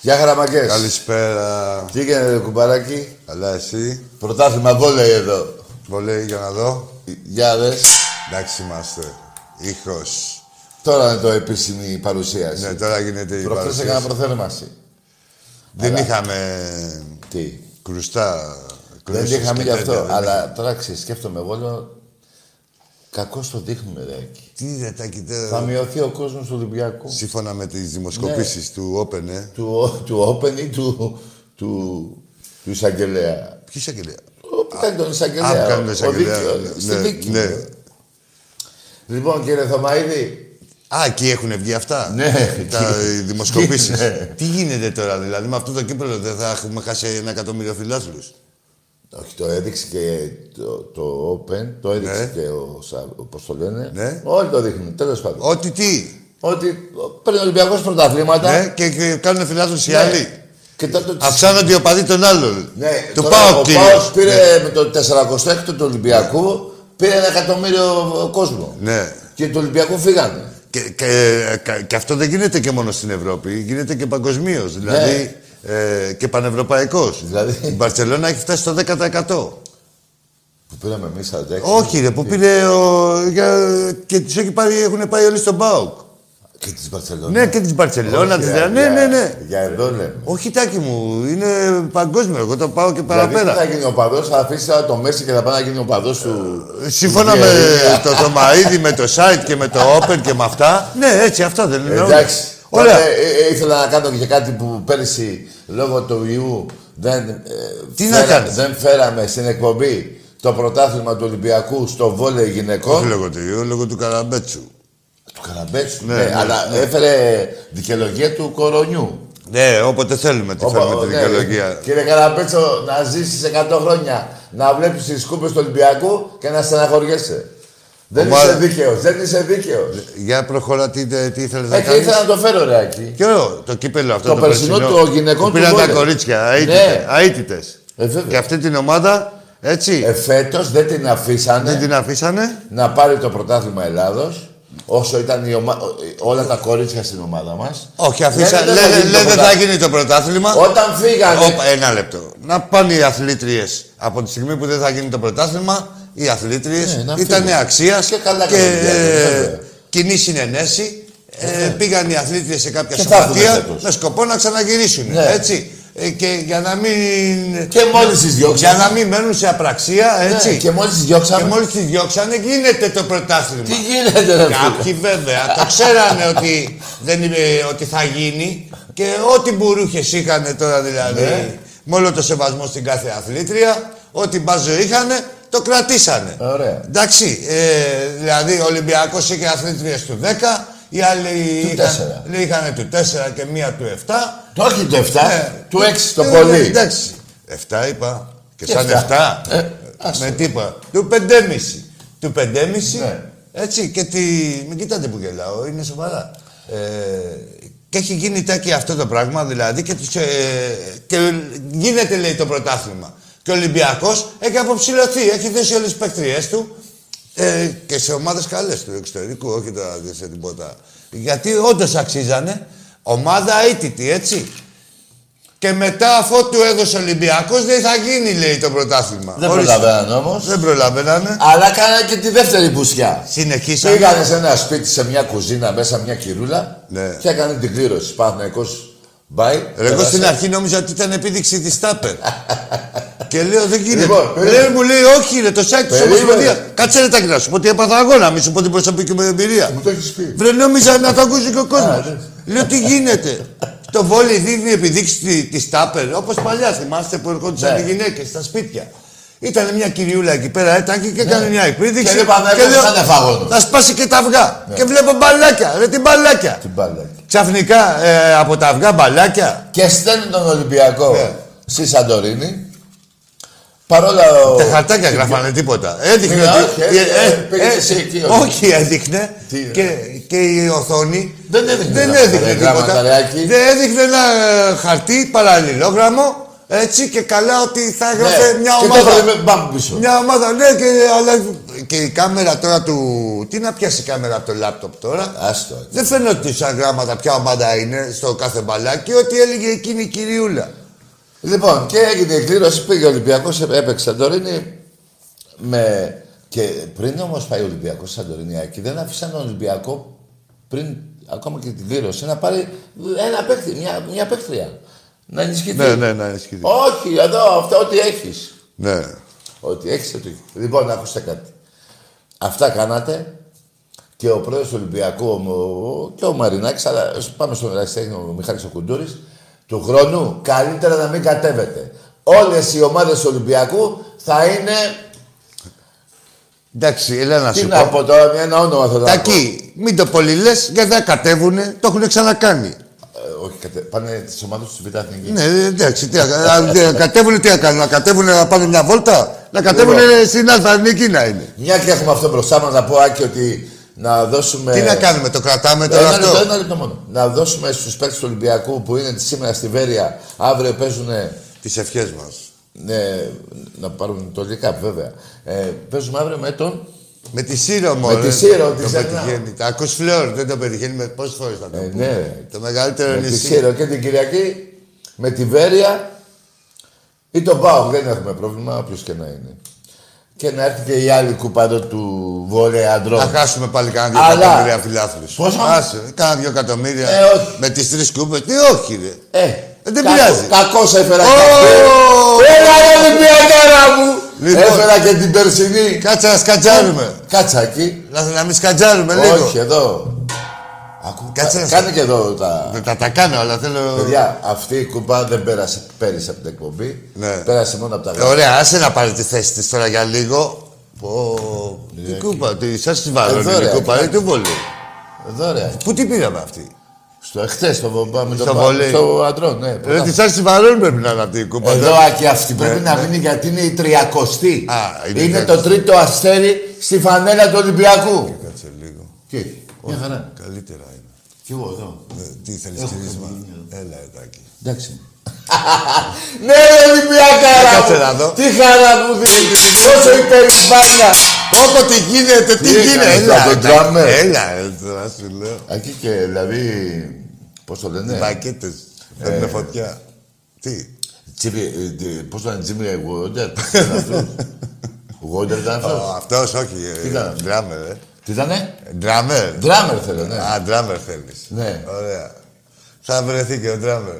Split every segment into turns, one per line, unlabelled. Γεια χαραμακές.
Καλησπέρα.
Τι γίνεται κουμπαράκι.
Καλά εσύ.
Πρωτάθλημα βόλεϊ εδώ.
Βολέι για να δω.
Γεια δες.
Εντάξει είμαστε. Ήχος.
Τώρα είναι το επίσημη παρουσίαση.
Ναι, τώρα γίνεται η
Προχθές
παρουσίαση.
έκανα προθέρμανση.
Δεν
Αλλά-
είχαμε
Τι.
κρουστά.
Δεν
κρούσεις
είχαμε
και
γι' αυτό.
τέτοια, δεν είχα-
Αλλά τώρα ξέρεις, σκέφτομαι εγώ λέω... Κακώς το δείχνουμε ρε. εκεί.
Τι ρε τα
Θα
κοιτά.
μειωθεί ο κόσμος του Ολυμπιακού.
Σύμφωνα με τις
Ναι.
δημοσκοπήσεις του Open, ε.
Του, του Open ή του, του, του εισαγγελέα.
Ποιος αγγελία.
Ο- που κάνει τον εισαγγελέα.
Α, που κάνει
ο-
τον
ο
εισαγγελέα,
δίκαιος,
ναι,
στη
ναι,
δίκη.
ναι.
Λοιπόν κύριε Θωμαίδη,
Α, εκεί έχουν βγει αυτά.
Ναι.
Τα οι δημοσκοπήσεις.
Ναι.
Τι γίνεται τώρα, δηλαδή με αυτό το κύπελο δεν θα έχουμε χάσει ένα εκατομμύριο φιλάθλους.
Όχι, το έδειξε και το, το Open, το έδειξε
Ναι.
και ο, Σα- όπως το λένε.
Ναι.
Όλοι το δείχνουν, τέλος πάντων.
Ότι τι.
Ότι παίρνει ο Ολυμπιακός πρωταθλήματα.
Ναι, και, και κάνουν φιλάθλους οι
Ναι.
άλλοι.
Και τότε τους-
Αυξάνονται οι οπαδοί των άλλων.
Ναι,
του
τώρα
πάω Ναι.
ο Πάος πήρε με το 46ο του Ολυμπιακού, πήρε ένα εκατομμύριο κόσμο.
Ναι.
Και του Ολυμπιακού φύγανε.
Και, και, κα- και αυτό δεν γίνεται και μόνο στην Ευρώπη, γίνεται και παγκοσμίως. Δηλαδή ε, και πανευρωπαϊκός.
Ναι. Δηλαδή.
Η Μπαρσελόνα έχει φτάσει στο 10%.
Που πήραμε εμείς 46.
Όχι, ρε, που πήρε ο, για- και του έχει πάρει, έχουν πάει όλοι στον Μπάουκ.
Και της Μπαρσελόνα.
Ναι, και της Μπαρσελόνα.
Όχι,
της-
για-
Ναι, ναι, ναι.
για- Για εδώ λέμε.
Όχι, τάκι μου, είναι παγκόσμιο. Εγώ το πάω και
Δηλαδή,
παραπέρα.
τι θα γίνει ο παδός, θα αφήσει τώρα το Μέση και θα πάει να γίνει ο παδός του...
Ε, Σύμφωνα
του
με
Βιερίνια.
το Θωμαίδη, με το site και με το Open και με αυτά. Ναι, έτσι, αυτά δεν είναι. όλα.
Εντάξει.
Όλα.
Τότε, ε, ε, ήθελα να κάνω και κάτι που πέρυσι λόγω του ιού δεν, ε,
Τι να κάνεις?
δεν φέραμε στην εκπομπή το πρωτάθλημα του Ολυμπιακού στο βόλεϊ γυναικών.
Όχι λόγω του ιού, λόγω του Καραμπέτσου.
Του Καραμπέτσου.
Ναι,
Ναι,
ναι,
αλλά
ναι.
έφερε δικαιολογία του κορονιού.
Ναι, όποτε θέλουμε τη
Όπα,
φέρουμε τη
ναι.
δικαιολογία.
Κύριε Καραμπέτσο, να ζήσεις 100 χρόνια να βλέπεις τις κούπες του Ολυμπιακού και να στεναχωριέσαι. Δεν
Ομάδα-
είσαι δίκαιος, δεν είσαι δίκαιος.
Για προχώρα, τι, τι ήθελες να
Ε, και
κάνεις.
ήθελα να το φέρω, ρε Άκη.
Ποιο, το κύπελο αυτό
Το
το
περσινό του γυναικών του
που πήραν τα
βόλεϊ.
κορίτσια,
Ναι.
αίτητες.
Ε, βέβαια.
Και αυτή την ομάδα, έτσι,
Ε, ναι. φέτος δεν την αφήσανε.
δεν την αφήσανε.
να πάρει το πρωτάθλημα Ελλάδος όσο ήταν η ομα... ο- ε, όλα τα κορίτσια στην ομάδα μας.
Όχι,
Λένε,
αφήσανε.
δεν θα γίνει το
Λέει δεν θα
πρωτάθλημα.
γίνει το πρωτάθλημα.
Όταν φύγανε,
Όπα, ένα λεπτό. Να πάνε οι αθλήτριες από τη στιγμή που δεν θα γίνει το πρωτάθλημα οι αθλήτριες
Ναι, να
ήταν
φύγουν.
αξίας
Και καλά κάνουν, βέβαια. Ναι.
κοινή συνενέση. Ε, πήγαν οι αθλήτριες σε κάποια
Και θα
σωματεία
έρθουν φέτος.
με σκοπό να ξαναγυρίσουν.
Ναι.
Έτσι. Ε, και για να μην.
Και μόλις τις διώξανε.
Για να μην μένουν σε απραξία, έτσι.
Ναι, και μόλις τις
Και
διώξαμε.
μόλι τη διώξανε, γίνεται το πρωτάθλημα.
Τι γίνεται, ρε φίλε.
Κάποιοι βέβαια το ξέρανε ότι, δεν είναι, ότι θα γίνει και ό,τι μπουρούχες είχαν τώρα δηλαδή.
Ναι.
Με όλο το σεβασμό στην κάθε αθλήτρια, ό,τι μπάζο είχαν, το κρατήσανε.
Ωραία.
Εντάξει, ε, δηλαδή ο Ολυμπιακός είχε αθλήτριε του 10, οι άλλοι
Του
είχαν,
τέσσερα.
είχαν του 4 και μία του 7.
Το όχι το 7,
Ναι.
του 6 το
Ε,
πολύ.
Εντάξει. 7 είπα. Και,
Και
σαν 7.
εφτά. Ε, άσε.
με τίποτα. Του 5,5. Του 5,5.
Ναι.
Έτσι. Και τη... Μην κοιτάτε που γελάω, είναι σοβαρά. Ε, και έχει γίνει τάκι αυτό το πράγμα δηλαδή και, τους, ε, και γίνεται λέει το πρωτάθλημα. Και ο Ολυμπιακός έχει αποψηλωθεί, έχει δώσει όλες τις παίκτριέ του ε, και σε ομάδες καλές του εξωτερικού, όχι τώρα δεν σε τίποτα. Γιατί όντως αξίζανε. Ομάδα αίτητη, έτσι. Και μετά, αφού του έδωσε ο Ολυμπιακός, δεν θα γίνει, λέει το πρωτάθλημα.
Δεν
Ορίστε.
προλαβαίναν όμως.
Δεν προλαβαίνανε.
Αλλά κάνα και τη δεύτερη πουσιά.
Συνεχίσανε.
Πήγανε σε ένα σπίτι, σε μια κουζίνα, μέσα μια κυρούλα
Ναι.
και έκανε την κλήρωση. Παναθυναϊκό μπάει.
Ρε, εγώ
πέρασε.
στην αρχή νόμιζα ότι ήταν επίδειξη της Τάπερ. και λέω, δεν γίνεται. Ε,
Λοιπόν, περίμενε.
λέει, μου λέει, όχι, ρε, το site της
Περίμενε.
Ομοσπονδίας. Κάτσε ρε, τα να σου πω ότι έπαθα αγώνα, μη σου πω την προσωπική μου εμπειρία.
Μου το έχεις πει.
Βρε, νόμιζα να το ακούσει και ο κόσμος.
Α, εντάξει.
Λέω τι γίνεται. Το βόλι δίνει επιδείξεις τη Τάπερ, όπως παλιά θυμάστε που ερχόντουσαν
Ναι.
οι γυναίκες στα σπίτια. Ήταν μια κυριούλα εκεί πέρα, έτακη και έκανε μια επίδειξη.
Ναι. Και είπα, «Ναι, δεν θα είναι φαγόνος».
θα σπάσει και τα αυγά.
Ναι.
Και βλέπω μπαλάκια, ρε την μπαλάκια.
Την μπάλα.
Ξαφνικά ε, από τα αυγά μπαλάκια.
Και στέλνει τον Ολυμπιακό
Ναι.
στη Σαντορίνη. Παρόλα ο...
Τα χαρτάκια γράφανε τίποτα. Έδειχνε
Ναι,
ότι.
όχι,
ε,
ε,
ε,
πήγε
ε,
εσύ εκεί, όχι.
Όχι, έδειχνε.
Τι είναι.
Και, και η οθόνη.
Δεν έδειχνε
Δεν
γράμματα,
έδειχνε
ρε,
τίποτα.
γράμματα, ρε, Άκη.
Δεν έδειχνε ένα ε, χαρτί παραλληλόγραμμο. Έτσι και καλά ότι θα έγραφε μια
Ναι. Και το
ομάδα.
έβαλε με μπαμ πίσω.
Μια ομάδα, ναι, και, αλλά και η κάμερα τώρα του. Τι να πιάσει η κάμερα από το λάπτοπ τώρα.
Άστο.
Δεν φαίνονται σαν γράμματα ποια ομάδα είναι στο κάθε μπαλάκι, ότι έλεγε εκείνη η κυριούλα.
Λοιπόν, και έγινε η κλήρωση, πήγε ο Ολυμπιακός, έπαιξε Σαντορίνη. Με... Και πριν όμως πάει ο Ολυμπιακός Σαντορινιακή, δεν άφησαν τον Ολυμπιακό πριν ακόμα και την κλήρωση να πάρει ένα παίκτη, μια, μια παίκτρια. Να ενισχυθεί.
ναι, ισχύει.
Όχι, εδώ, αυτό ό,τι έχεις.
Ναι.
Ότι έχει ότι έχεις. Λοιπόν, άκουστε κάτι. Αυτά κάνατε και ο πρόεδρος του Ολυμπιακού ο- και ο Μαρινάκης, αλλά ας πάμε στον Ραξιτέχνη, ο Μιχάλης ο Κουντούρης, του χρόνου καλύτερα να μην κατέβετε. Όλες οι ομάδες του Ολυμπιακού θα είναι.
Εντάξει, έλα να
Τι
σου
να
πω.
πω τώρα, ένα όνομα θα το
Τακί, μην το πολύ λες, γιατί δεν κατέβουνε, το έχουν ξανακάνει.
πω. Ε, όχι, κατε... πάνε τις ομάδες του Β' Εθνική.
Ναι, εντάξει, τι, να- αν δεν κατέβουνε, τι να κάνουν, να κατέβουνε να πάνε μια βόλτα, να κατέβουνε
Λοιπόν.
στην Αλφα, εκεί να είναι.
Μια και έχουμε αυτό μπροστά μας, να πω άκη ότι να δώσουμε.
Τι να κάνουμε, το κρατάμε τώρα
Ε. Ένα λεπτό,
αυτό.
ένα λεπτό μόνο. Να δώσουμε στους παίκτες του Ολυμπιακού που είναι σήμερα στη Βέρεια, αύριο παίζουν
Τις ευχές μας.
Ναι, να πάρουν το recap βέβαια. Ε, παίζουμε αύριο με τον.
Με τη Σύρο μόνο.
τη Σύρο, τη
το
ξεχνάω.
πετυχαίνει. Τα ακούς φλόρ, δεν το πετυχαίνει με πόσες φορές θα το
Ε,
πούμε.
ναι.
Το μεγαλύτερο
με τη
νησί.
Σύρο και την Κυριακή με τη Βέρεια ή τον Πάο. Δεν έχουμε πρόβλημα, όποιος και να είναι. Και να έρθει και η άλλη κούπα εδώ του Βόλεα
Θα
Αντρών.
χάσουμε πάλι κάνα δύο
Αλλά-
εκατομμύρια φιλάθλους.
Πόσο?
Άσε, κάνα δύο εκατομμύρια.
Ε, όχι.
Με τις τρεις κούπες. Τι όχι, ρε.
Ε,
δεν πειράζει.
Κακό έφερα και
Ω!
αυτός. Έλα ρε Ολυμπιακάρα μου!
Λοιπόν. ε,
Έφερα και την περσινή.
Κάτσε να σκατζάρουμε.
Κάτσα εκεί.
Να, να μην σκατζάρουμε λίγο.
Ε.
Ε,
Όχι εδώ. Ακού,
Κάτσε να σε-
κάνε και εδώ τα...
Δεν τα, τα κάνω, αλλά θέλω.
Παιδιά, αυτή η κουμπά δεν πέρασε πέρυσι από την εκπομπή.
Ναι.
Πέρασε μόνο από τα
Ε,
γράμματα.
Ωραία, άσε να πάρει τη θέση της τώρα για λίγο. Πω. Τι κούπα, τι σας τη βάζω,
Εδώ,
την
ρε,
κούπα, δεν του βολεί. Ε,
Εδώ ρε.
Πού την πήραμε αυτή.
Στο εχθέ στο βομπά με
Στο
τον
βολέι.
Πα- Στο αντρών, ναι.
Ρε,
πρωτάθλημα.
τη σας τη βαρών πρέπει να είναι αυτή η κούπα.
Εδώ
δεν-
Άκη, αυτή πρέπει να μείνει γιατί είναι η τριακοστή.
Α, είναι
είναι
η
το
τριακοστή.
τρίτο αστέρι στη φανέλα του Ολυμπιακού.
Κάτσε λίγο.
Τι, μια χαρά.
Καλύτερα είναι.
Κι εγώ εδώ.
Ε, Τι θέλεις
Έχω
χειρισμα.
καμπανιά
Έλα, Ετάκι.
Εντάξει. ναι, ρε Ολυμπιακάρα!
Κάτσε
μου.
να δω.
Τι χαρά μου δίνει, πόσο υπερηφάνεια.
Όπω τι γίνεται, τι
έκανε
γίνεται.
αυτό, το
Έλα, Τάκη.
τζάμε.
έλα, ε, τώρα σου λέω.
Ακή και δηλαδή. Πώς το λένε,
Πακέτες.
Ε.
Παίρνουν φωτιά. Τι.
Τσίπι, ε, τι- πώς το λένε, Τζίμι Γουόντερ, Γόιντερ ήταν αυτός.
Αυτός όχι. ε,
Τι ήταν?
Ντράμερ, ε.
Τι ήτανε.
Ντράμερ.
Ντράμερ θέλω, ναι.
Α, ντράμερ θέλεις.
Ναι.
Ωραία. Θα βρεθεί και ο ντράμερ.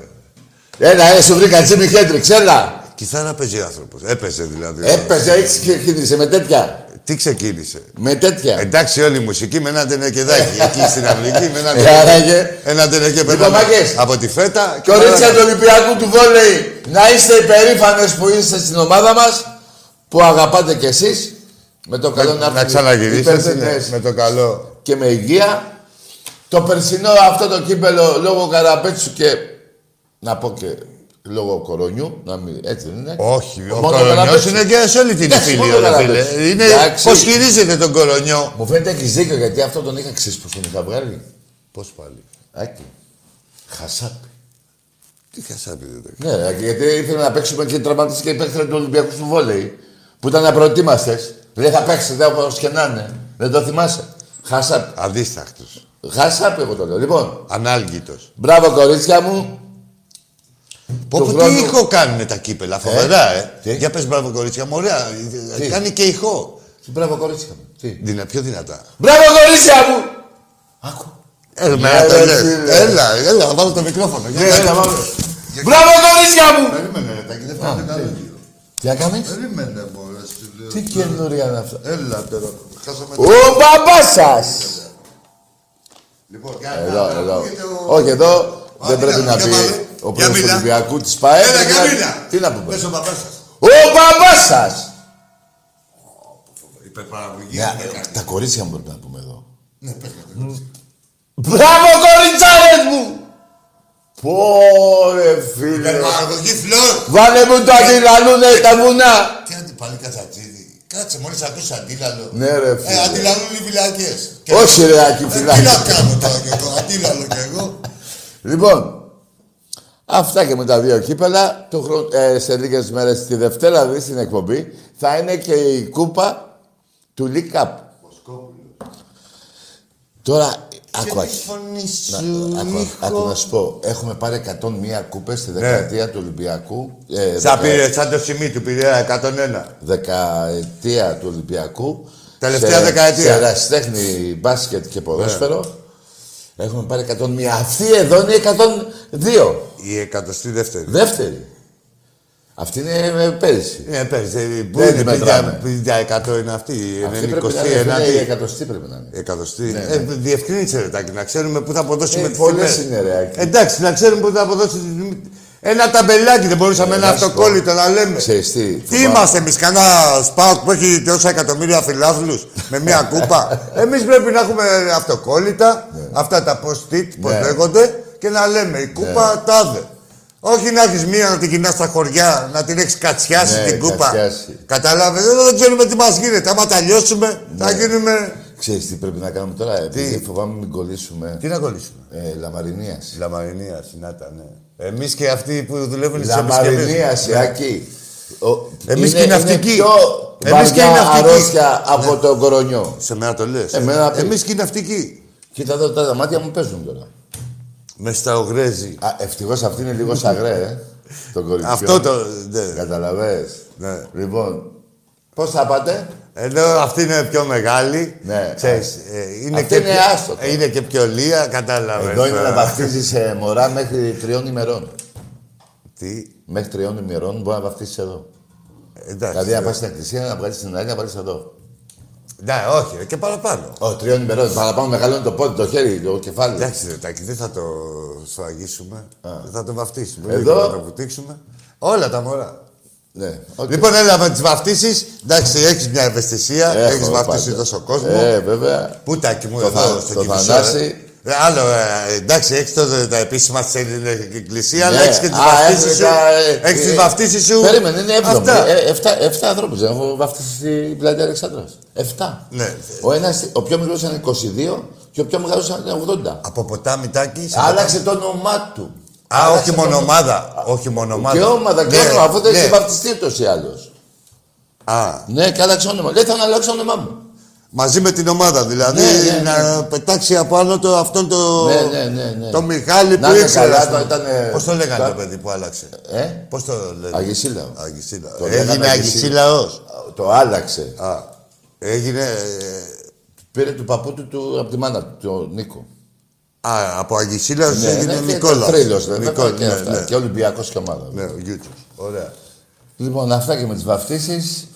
Έλα, ε, σου βρήκα Τζίμι Χέντριξ, έλα.
Κιθάρα παίζει ο άνθρωπος. Έπαιζε δηλαδή.
Έπαιζε, έτσι ξεκίνησε με τέτοια.
Τι ξεκίνησε.
Με τέτοια.
Εντάξει, όλη η μουσική με ένα τενεκεδάκι. Εκεί στην Αμερική με ένα
Ναι. Ε, άραγε.
Ένα τενεκέ
μαγκές.
Από τη φέτα.
Και ο Ρίτσαρ του Ολυμπιακού του βόλεϊ, να είστε υπερήφανες που είστε στην ομάδα μας, που αγαπάτε κι εσείς, με το καλό
Να
να
ξαναγυρίσει ναι,
υπερθετές
με το καλό.
και με υγεία. Το περσινό αυτό το κύπελο λόγω καραπέτσου και να πω και λόγω κορονιού, να μην, έτσι δεν είναι.
Όχι, ο
Μόνο
κορονιός
Καραπέτσου.
είναι και σε όλη την
Εντάξει,
φίλη,
μόνο
ρε
Καραπέτσου.
φίλε. Είναι
Εντάξει.
πώς χειρίζεται τον κορονιό.
Μου φαίνεται έχεις δίκιο γιατί αυτό τον είχα ξέρεις που τον είχα βγάλει.
Πώς πάλι.
Άκη. Χασάπη.
Τι χασάπι δεν το
Ναι, Άκη, γιατί ήθελε να παίξουμε και τραυματίστηκε και παίχτηκε του Ολυμπιακού του βόλεϊ. Που ήταν απροετοίμαστες. Δεν θα παίξετε όπω και να είναι. Δεν το θυμάσαι. Χασάπη.
Αδίστακτο.
Χασάπη, εγώ το λέω. Λοιπόν,
Ανάλγητος.
μπράβο κορίτσια μου.
Πω,
Του
πω,
χρόνου-
τι ήχο κάνουν τα κύπελα, φοβερά, ε.
Τι?
Για πες μπράβο κορίτσια μου, ωραία.
Τι?
Κάνει και ηχό.
Μπράβο κορίτσια μου. Τι.
Δυνα, πιο δυνατά.
Μπράβο κορίτσια μου. Άκου.
Έλα,
Ναι, ρε,
έλα,
φίλε.
έλα, έλα, να βάλω το μικρόφωνο. Για
Ναι,
κάτσε.
έλα, πάμε. Μπράβο κορίτσια μου.
Περίμενε ρε Τάκη, δεν φτάνει κανένα δύο.
Τι έκανε.
Περίμενε μωρέ, σου λέω.
Τι καινούρια είναι αυτά.
Έλα τώρα, χάσαμε
Ο μπαμπάς σας.
Λοιπόν,
Εδώ, εδώ. Όχι, εδώ δεν
τι
πρέπει
να
να πει
πούμε, για πάμε.
ο
Για
πρόεδρος του
μίλα.
Ολυμπιακού της ΠΑΕ.
Έλα,
πρέπει
για
να-
μίλα.
Τι να πούμε.
Πες ο παπάς σας.
Ο μπαμπάς σας.
Υπερπαραγωγή.
Ναι, ε, Τα κορίτσια μου πρέπει να πούμε εδώ.
Ναι, πες με, πες με.
Μπράβο κοριτσάρες μου. Πόρε φίλε.
Υπερπαραγωγή φλόρ.
Βάλε μου το αντιλαλούνε τα βουνά.
Τι αντι- πάλι κατσατσίδι. Κάτσε, μόλις ακούς αντίλαλο.
Ναι ρε
Ε,
φίλε.
αντιλαλούν οι φυλακές. Και-
Όχι ρε Άκη
Ε, Τι να
φυλάκι.
κάνω τώρα κι εγώ, αντίλαλο κι εγώ.
Λοιπόν, αυτά και με τα δύο κύπελα. Το χρόνο- ε, σε λίγες μέρες τη Δευτέρα δηλαδή στην εκπομπή θα είναι και η κούπα του League Cup. Τώρα, άκου
Και τη
Άκη.
φωνή
Να-
σου,
άκου,
ήχο.
άκου να σου πω, έχουμε πάρει 101 κούπες
Ναι.
στη δεκαετία του Ολυμπιακού. Ε,
Σαν
δεκα-
πήρε, σαν το σημείο του πήρε 101.
δεκαετία του Ολυμπιακού.
Τελευταία δεκαετία.
Σε ερασιτέχνη, μπάσκετ και ποδόσφαιρο.
Ναι.
Έχουμε πάρει 101. Αυτή εδώ είναι η 102.
Η εκατοστή δεύτερη.
Δεύτερη. Αυτή είναι ε, πέρυσι.
Ε, πέρυσι, πού
Δεν
είναι,
την μετράμε.
50% είναι αυτή, η
Αυτή πρέπει να είναι
91η.
φίλε, η εκατοστή πρέπει να είναι.
Εκατοστή. Ε, διευκρίνησε ρε Τάκη, να ξέρουμε πού θα αποδώσουμε
Ε,
τις
πολλές
τιμές.
είναι, ρε, Άκη.
Εντάξει, να ξέρουμε πού θα αποδώσουμε τις Ένα ταμπελάκι δεν μπορούσαμε ένα
να Ε, σου πω.
αυτοκόλλητο να λέμε.
Ξέρεις τι.
Τι
φοβάμαι.
είμαστε εμείς, κανένα σπάουκ που έχει τόσα εκατομμύρια φιλάθλους με μία κούπα. εμείς πρέπει να έχουμε αυτοκόλλητα, αυτά τα post-it, πώς
Ναι.
λέγονται, και να λέμε η κούπα τάδε. Όχι να έχεις μία να την κοινά στα χωριά, να την έχεις κατσιάσει
Ναι,
την κούπα.
κατσιάσει.
Κατάλαβες, δεν, δεν ξέρουμε τι μας γίνεται. Άμα τα λιώσουμε, θα γίνουμε.
Ξέρεις τι πρέπει να κάνουμε τώρα, επειδή φοβάμαι μην κολλήσουμε.
Τι να κολλήσουμε.
Ε, Λαμαρινίας.
Λαμαρινίας, συνάτα, ναι. Εμείς και αυτοί που δουλεύουν στις
Λαμαρινία, Σιάκη. ναι. Ο-
Εμείς και οι ναυτικοί.
Είναι πιο
Εμείς και οι
βαριά
ναυτικοί. Ναι.
αρρώστια από τον κορονιό.
Σε μένα το λες.
Εμένα πει.
Εμείς και οι ναυτικοί.
Κοίτα εδώ τα μάτια μου παίζουν τώρα.
Με στα ογρέζι.
Α, ευτυχώς αυτή είναι λίγο σαγρέ, ε. Τον κοριτσιό.
Αυτό το. ναι.
Καταλαβες.
Ναι.
Λοιπόν, πώς θα πάτε.
Ενώ αυτή είναι πιο μεγάλη.
Ναι.
Ξέρεις, ε, είναι,
Αυτή
και
είναι
πιο,
άστο τώρα.
ε, είναι και πιο λία, κατάλαβες.
Εδώ είναι να βαφτίζεις ε, μωρά μέχρι τριών ημερών.
Τι.
Μέχρι τριών ημερών μπορεί να βαφτίσεις εδώ.
Εντάξει.
Δηλαδή να πας στην εκκλησία, να βγάλεις την άλλη, να βάλεις εδώ.
Ναι, όχι, ρε, και παραπάνω.
Ω, τριών ημερών. Παραπάνω μεγαλώνει το πόδι, το χέρι, το κεφάλι.
Εντάξει, ρε, Τάκη, δεν θα το σφραγίσουμε. Δεν θα το βαφτίσουμε.
Εδώ-
Λίγο Θα το βουτήξουμε. Όλα τα μωρά.
Ναι. οκ.
Λοιπόν, έλα με τις βαφτίσεις. Εντάξει, έχεις μια ευαισθησία.
Έχω
Έχεις βαφτίσει
πάντα.
τόσο κόσμο.
Ε, βέβαια.
Πουτάκι μου
Το
εδώ
θα-
στο
το
κηφισό,
Θανάση.
ε. Ε, Άλλο, ε, εντάξει, έχεις τα επίσημα τη Ελληνική Εκκλησία, αλλά
Ναι.
έχεις και τις
Α,
βαφτίσει
έχουμε
σου.
τα, ε,
Έχεις τις
ε,
βαφτίσεις σου.
Περίμενε, είναι έβδομη.
Αυτά.
Ε, εφτά, εφτά ανθρώπους δεν έχω βαφτίσει στην πλάτη Αλεξάνδρας. Εφτά.
Ναι.
Ο, ένας, ο πιο μικρός ήταν 22 και ο πιο μεγάλος ήταν 80.
Από ποτάμι τάκι. σε
Άλλαξε το όνομά του.
ποτάμι. Α, όχι
το όνομα.
μονομάδα. Όχι μονομάδα.
Και ομάδα και
Ναι,
όνομα, αφού δεν
ναι.
έχει βαφτιστεί ούτως ή άλλως.
Α,
Ναι, και άλλαξε όνομα. Λέει, θα αλλάξω όνομά μου.
Μαζί με την ομάδα δηλαδή.
Ναι, ναι,
Να πετάξει απάνω το, αυτόν το.
Ναι, ναι, ναι, ναι.
Το Μιχάλη
Να
που
είναι
ήξερε.
καλά, το ήταν-
Πώς το λέγανε
τα-
το παιδί που άλλαξε.
Ε,
Πώς το λένε.
Αγισίλαος.
Αγισίλα.
Το λέγανε
Έγινε Αγισίλαος.
Το άλλαξε.
Α. Έγινε. ε,
Πήρε του παππού του, του από τη μάνα του, τον Νίκο.
Α, από Αγισίλα
Ναι, ναι,
έγινε
και
Νικόλας.
Τρίλος, ναι,
Νικόλα,
και,
ναι,
αυτά.
ναι.
και Ολυμπιακός και ομάδα.
Ναι, ο Γιούτσος. Ωραία.
Λοιπόν, αυτά και με τις βαφτίσεις.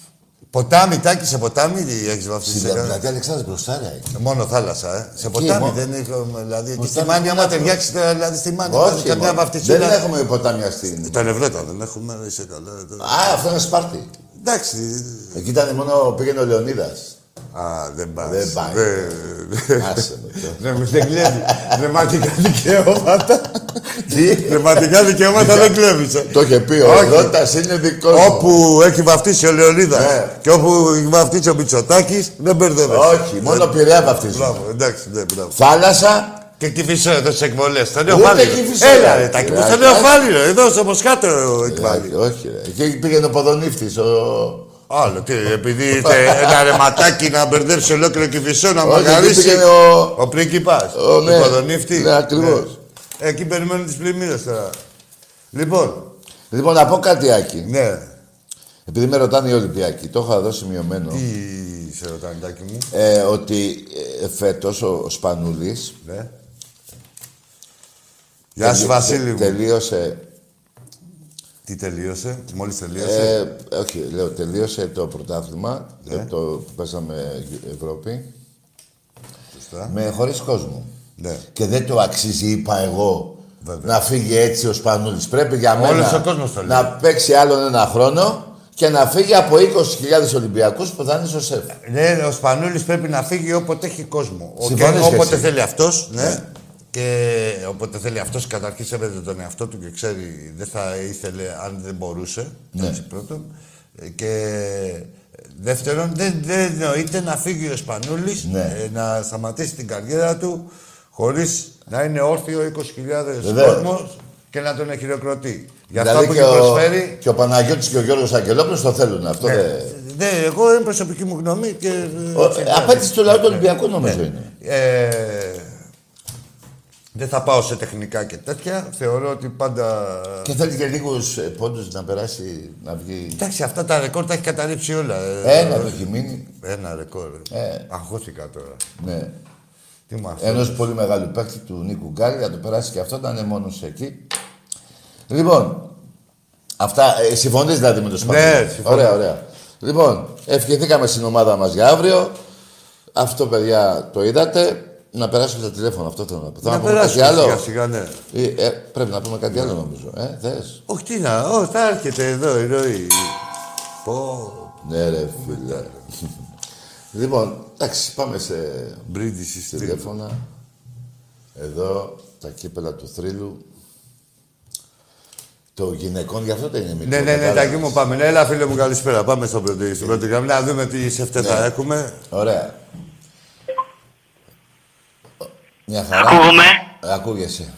Ποτάμι, τάκι σε ποτάμι, έχεις βαφτίσει.
Στην
σε κανένα.
πλατεία Αλεξάνδρας μπροστά, ρε.
Μόνο θάλασσα, ε. Σε ποτάμι
μόνο.
δεν έχω. Δηλαδή, και στη
Ποτάμι,
μάνια, άμα
ποτάμι.
ταιριάξει, δηλαδή στη μάνια.
Όχι,
Όχι, καμιά
μόνο.
βαφτισούλα.
Δεν έχουμε ποτάμια στην...
Τα νευρέτα δεν έχουμε, είσαι καλά. το-
Α, αυτό είναι Σπάρτη.
Εντάξει.
Εκεί ήταν μόνο πήγαινε ο Λεωνίδας.
Α, δεν πάει.
Δεν πάει. Άσε με τώρα.
Δεν μου δεν κλέβει. Πνευματικά δικαιώματα. Τι? Πνευματικά δικαιώματα δεν κλέβεις. ε.
Το είχε πει, ο
Όχι.
Ρώτας είναι δικός μου.
Όπου έχει βαφτίσει ο Λεωνίδα
Ναι.
και όπου έχει βαφτίσει ο Μητσοτάκης, δεν μπερδεύεσαι.
Όχι, μόνο Πειραιά βαφτίζουν.
Μπράβο, εντάξει, ναι, μπράβο.
Θάλασσα,
Και κυφισό εδώ στι εκβολέ. Το νέο
Ούτε
πάλι.
Κυφισό,
Έλα,
ρε.
ρε, Ναι. τα κυφισό.
Εντάξει.
Το νέο πάλι, ρε. Εδώ στο Μοσχάτο εκβάλλει.
Ε, Όχι, ρε. Εκεί πήγαινε ο Ποδονύφτης. Ο...
Άλλο, τι, επειδή ήρθε ένα ρεματάκι να μπερδέψει ολόκληρο κυφισό να
Όχι, εκεί
μαγαρίσει.
πήγαινε ο.
Ο πρίγκιπας.
Ο, ναι.
Ο ποδονύφτη.
Ναι, ακριβώς.
Ναι. Εκεί περιμένουν τις πλημμύρες τώρα. Λοιπόν,
Λοιπόν, να πω κάτι, Άκη.
ναι.
Επειδή με ρωτάνε οι Ολυμπιακοί, το είχα εδώ σημειωμένο.
Τι σε ρωτάνε, τάκι μου.
Ε, ότι ε, φέτος ο, ο Σπανούλης
Ναι. Γεια
τελείωσε-
σου, Βασίλη μου.
τελείωσε,
Τι τελείωσε, μόλις τελείωσε.
ε, όχι, λέω, τελείωσε το πρωτάθλημα
Ναι.
ε, το που παίζαμε Ευρώπη
Σωστά.
με χωρίς κόσμο.
Ναι.
Και δεν το αξίζει, είπα εγώ,
Βέβαια.
να φύγει έτσι ο Σπανούλης. Πρέπει για
Όλος
μένα
ο κόσμος το λέει.
να παίξει άλλον ένα χρόνο και να φύγει από 20.000 Ολυμπιακούς που θα είναι στο σεφ.
Ναι, ο Σπανούλης πρέπει να φύγει όποτε έχει κόσμο. Ο-
Συμφωνείς
και
και
όποτε
εσύ.
θέλει αυτός, ναι. Και όποτε θέλει αυτός, καταρχήν σέβεται τον εαυτό του και ξέρει, δεν θα ήθελε αν δεν μπορούσε.
Ναι.
Έτσι, πρώτον. Ε, Και δεύτερον, δεν, δεν νοείται να φύγει ο Σπανούλης
Ναι.
να σταματήσει την καριέρα του χωρίς να είναι όρθιο 20.000
Βεβαίως.
κόσμος και να τον εχειροκροτεί. Για
δηλαδή
αυτά που
και,
έχει
ο,
προσφέρει.
και ο Παναγιώτης και ο Γιώργος Αγγελόπουλος το θέλουν αυτό.
Ναι.
δεν-
Ναι, εγώ είναι προσωπική μου γνώμη και... ε,
Ο-
έτσι,
ε, Απέτηση του λαού του Ολυμπιακού νομίζω είναι.
Ε, δεν θα πάω σε τεχνικά και τέτοια. Θεωρώ ότι πάντα...
Και θέλει και λίγους ε, πόντους να περάσει, να βγει.
Εντάξει, αυτά τα ρεκόρ τα έχει καταρρύψει όλα. Ε,
Ένα το έχει μείνει.
Ένα ρεκόρ.
Ε.
Αγχώθηκα τώρα.
Ναι.
Τι μου αυτό.
Ενός πολύ μεγάλου παίκτη του Νίκου Γκάλη, να το περάσει και αυτό, να είναι μόνος εκεί. Λοιπόν, αυτά. Ε, Συμφωνείς δηλαδή με το Σπανούλη.
Ναι, συμφωνώ.
Ωραία, ωραία. Λοιπόν, ευχηθήκαμε στην ομάδα μας για αύριο. Αυτό, παιδιά, το είδατε. Να περάσουμε τα τηλέφωνα, αυτό θέλω να πω. Θέλω
Να
να πούμε κάτι
περάσουμε
άλλο.
σιγά σιγά, ναι.
Ε, ε, πρέπει να πούμε κάτι άλλο, νομίζω. Ε, θες.
Όχι, τι να... Ω, θα έρχεται εδώ η ροή. Πω,
Ναι, ρε, φίλε. λοιπόν, εντάξει, πάμε σε
μπρίντιση
στη
στη
τηλέφωνα. Εδώ τα κύπελα του θρύλου. Το γυναικών για αυτό δεν είναι μικρό.
Ναι, ναι, ναι,
κατάλαβες.
τάκι μου πάμε. Ναι, έλα, φίλε μου, καλησπέρα. Πάμε στο πρώτο, στην πρώτη γραμμή να δούμε τι σε αυτά θα έχουμε.
Ωραία. Μια χαρά.
Ακούγομαι.
Ε, Ακούγεσαι.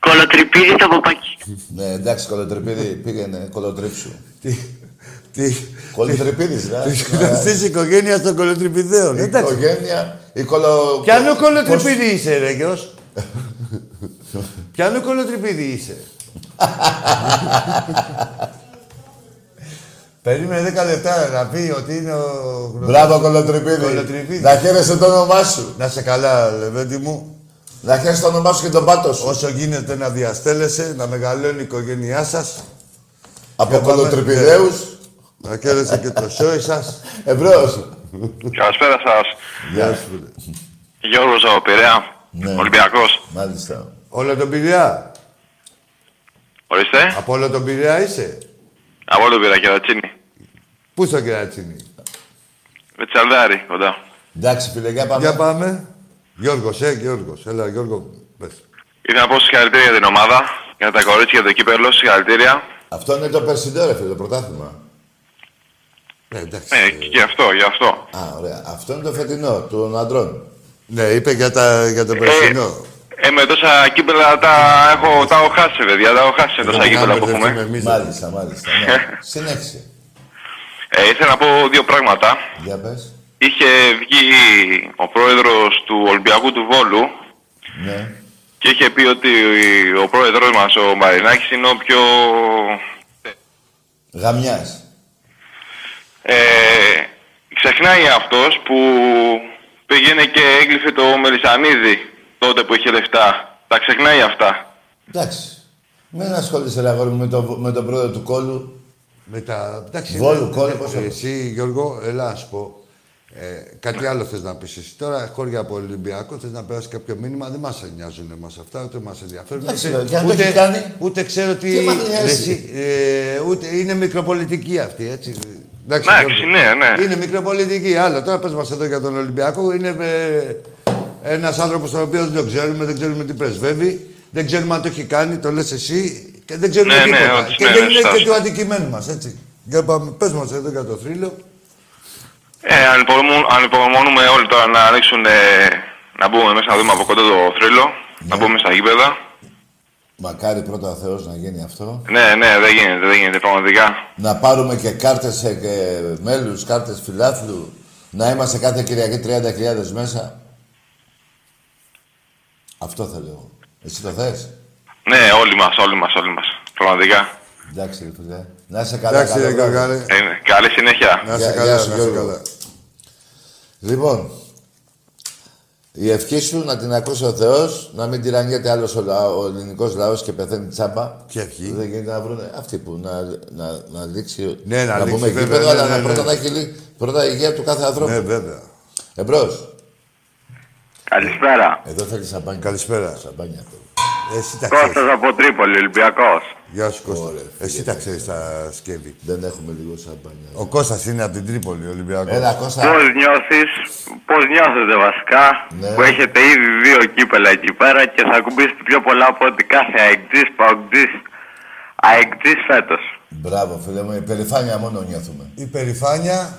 Κολοτριπίδι το ποπάκι.
Ναι, εντάξει, κολοτρεπίδι πήγαινε, κολοτρίψου.
Τι, τι,
Κολοτρεπίδης, ρε. Ε,
Γνωστή οικογένεια Λοιπόν, των κολοτριπηδέων.
Η
Εντάξει.
οικογένεια, η κολο...
Πιανού
πώς-
κολοτριπίδι είσαι, ρε γιος. Πιανού κολοτριπίδι είσαι. Περίμενε 10 λεπτά να πει ότι είναι ο γνωστός.
Μπράβο, κολοτρεπίδι.
Κολοτρεπίδη.
Να χαίρεσαι το όνομά σου.
Να σε καλά, Λεβέντι μου.
Να χαίρεσαι το όνομά σου και τον πάτο σου.
Όσο γίνεται να διαστέλεσαι, να μεγαλώνει η οικογένειά σας.
Από
για πάμε-
κολοτρεπιδέους,
Να κέρδισε και το σόι σας.
εμπρός.
Καλησπέρα σας.
Γεια σου. φίλε.
Γιώργος από Πειραιά.
Ναι.
Ολυμπιακός.
Μάλιστα.
Όλο τον Πειραιά.
Ορίστε.
Από όλο τον Πειραιά είσαι.
Από όλο πήρα κερατσίνη.
Πού στο κερατσίνι.
Με τσαλδάρι κοντά.
Εντάξει, φίλε, για πάμε.
Για πάμε. Γιώργος, ε, Γιώργος. Έλα, Γιώργο, πες.
Ήθελα να πω συγχαρητήρια για την ομάδα, για τα κορίτσια, για το κύπελο. Συγχαρητήρια.
Αυτό είναι το περσινό, ρε φίλε, το πρωτάθλημα.
Ναι, εντάξει.
Ναι, και γι' αυτό, γι' αυτό.
Α, ωραία. Αυτό είναι το φετινό, των αντρών.
Ναι, είπε για, τα, για το περσινό.
Ε, με τόσα κύπελα τα έχω, τα έχω χάσει, παιδιά. Τα έχω χάσει τόσα κύπελα που έχουμε.
Μάλιστα, μάλιστα. Ναι. Συνέχισε.
Ε, ήθελα να πω δύο πράγματα.
Για πες.
είχε βγει ο πρόεδρος του Ολυμπιακού του Βόλου
Ναι.
και είχε πει ότι ο πρόεδρος μας, ο Μαρινάκης, είναι ο πιο...
Γαμιάς.
Ε, ξεχνάει αυτός που πήγαινε και έγκλειφε το Μελισανίδη τότε που είχε λεφτά. Τα ξεχνάει αυτά.
Εντάξει. Μην ασχολείσαι, ρε αγόρι μου, με, το, με τον πρόεδρο του κόλου.
Με τα... Εντάξει,
Βόλου,
ναι,
κόλλο,
ναι,
πώς θα πω.
Εσύ, Γιώργο, έλα, ας πω. Ε, κάτι άλλο θες να πεις εσύ. Τώρα, χώρια από Ολυμπιακό, θες να περάσει κάποιο μήνυμα. Δεν μας νοιάζουν εμάς αυτά, ούτε μας ενδιαφέρουν.
Εντάξει, βέβαια, και αν το έχει κάνει-
ούτε ξέρω τι...
Τι μας νοιάζει.
ρε, εσύ, ε, ούτε, είναι μικροπολιτική αυτή, έτσι. Εντάξει,
Εντάξει,
Γιώργο.
ναι, ναι.
Είναι μικροπολιτική. Άλλο, τώρα πες μας εδώ για τον Ολυμπιακό. Είναι ε, ένας άνθρωπος τον οποίο δεν τον ξέρουμε, δεν ξέρουμε τι πρεσβεύει. Δεν ξέρουμε αν το έχει κάνει, το λες εσύ. Και δεν ξέρουμε
Ναι, ναι,
τίποτα.
όντως,
και
ναι,
δεν
ναι,
είναι
σωστά.
και του αντικειμένου μας, έτσι. Για πάμε, πες μας εδώ για το θρύλο.
Ε, ανυπομονούμε, ανυπομονούμε όλοι τώρα να ανοίξουν, ε, να μπούμε μέσα να δούμε από κοντά το θρύλο, να μπούμε στα γήπεδα.
Μακάρι πρώτα ο Θεός να γίνει αυτό.
Ναι, ναι, δεν γίνεται, δεν γίνεται πραγματικά.
Να πάρουμε και κάρτες ε, και μέλους, κάρτες φιλάθλου. Να είμαστε κάθε Κυριακή 30.000 μέσα. Αυτό θέλω εγώ. Εσύ το θες.
Ναι, όλοι μας, όλοι μας, όλοι μας. Πραγματικά.
Εντάξει, ρε φίλε. Να είσαι καλά.
Εντάξει,
καλό
ρε
βράδυ.
Καγκάρε.
Είναι. Καλή συνέχεια.
Να είσαι
Γεια-
καλά,
γεια
να
σου,
είσαι
Γιώργο.
καλά.
Λοιπόν, η ευχή σου να την ακούσει ο Θεός, να μην τυραννιέται άλλος ο, λαό- ο ελληνικός λαός και πεθαίνει τσάμπα.
Ποια ευχή?
Δεν γίνεται να βρουνε αυτή που να, να, να λήξει.
Ναι, να λήξει,
πούμε
βέβαια,
γήπεδο,
ναι,
αλλά
ναι,
να
ναι.
πρώτα να έχει λύ- πρώτα η υγεία του κάθε ανθρώπου.
Ναι, βέβαια.
Εμπρός.
Καλησπέρα.
Εδώ θέλεις σαμπάνια.
Καλησπέρα.
Σαμπάνια θέλει.
Εσύ τα ξέρεις.
Κώστας από Τρίπολη, Ολυμπιακός.
Γεια σου, Κώστα.
Ωραία,
Εσύ τα ξέρεις τα σκεύη.
Δεν έχουμε λίγο σαμπάνια.
Ο Κώστας είναι από την Τρίπολη, Ολυμπιακός.
Έλα, Κώστα.
Πώς νιώθεις, πώς νιώθετε βασικά
Ναι.
που έχετε ήδη δύο κύπελα εκεί πέρα και θα κουμπίσετε πιο πολλά από ότι κάθε αεκτής, παοκτής, αεκτής φέτος.
Μπράβο, φίλε μου. Υπερηφάνεια μόνο νιώθουμε.
Η περηφάνεια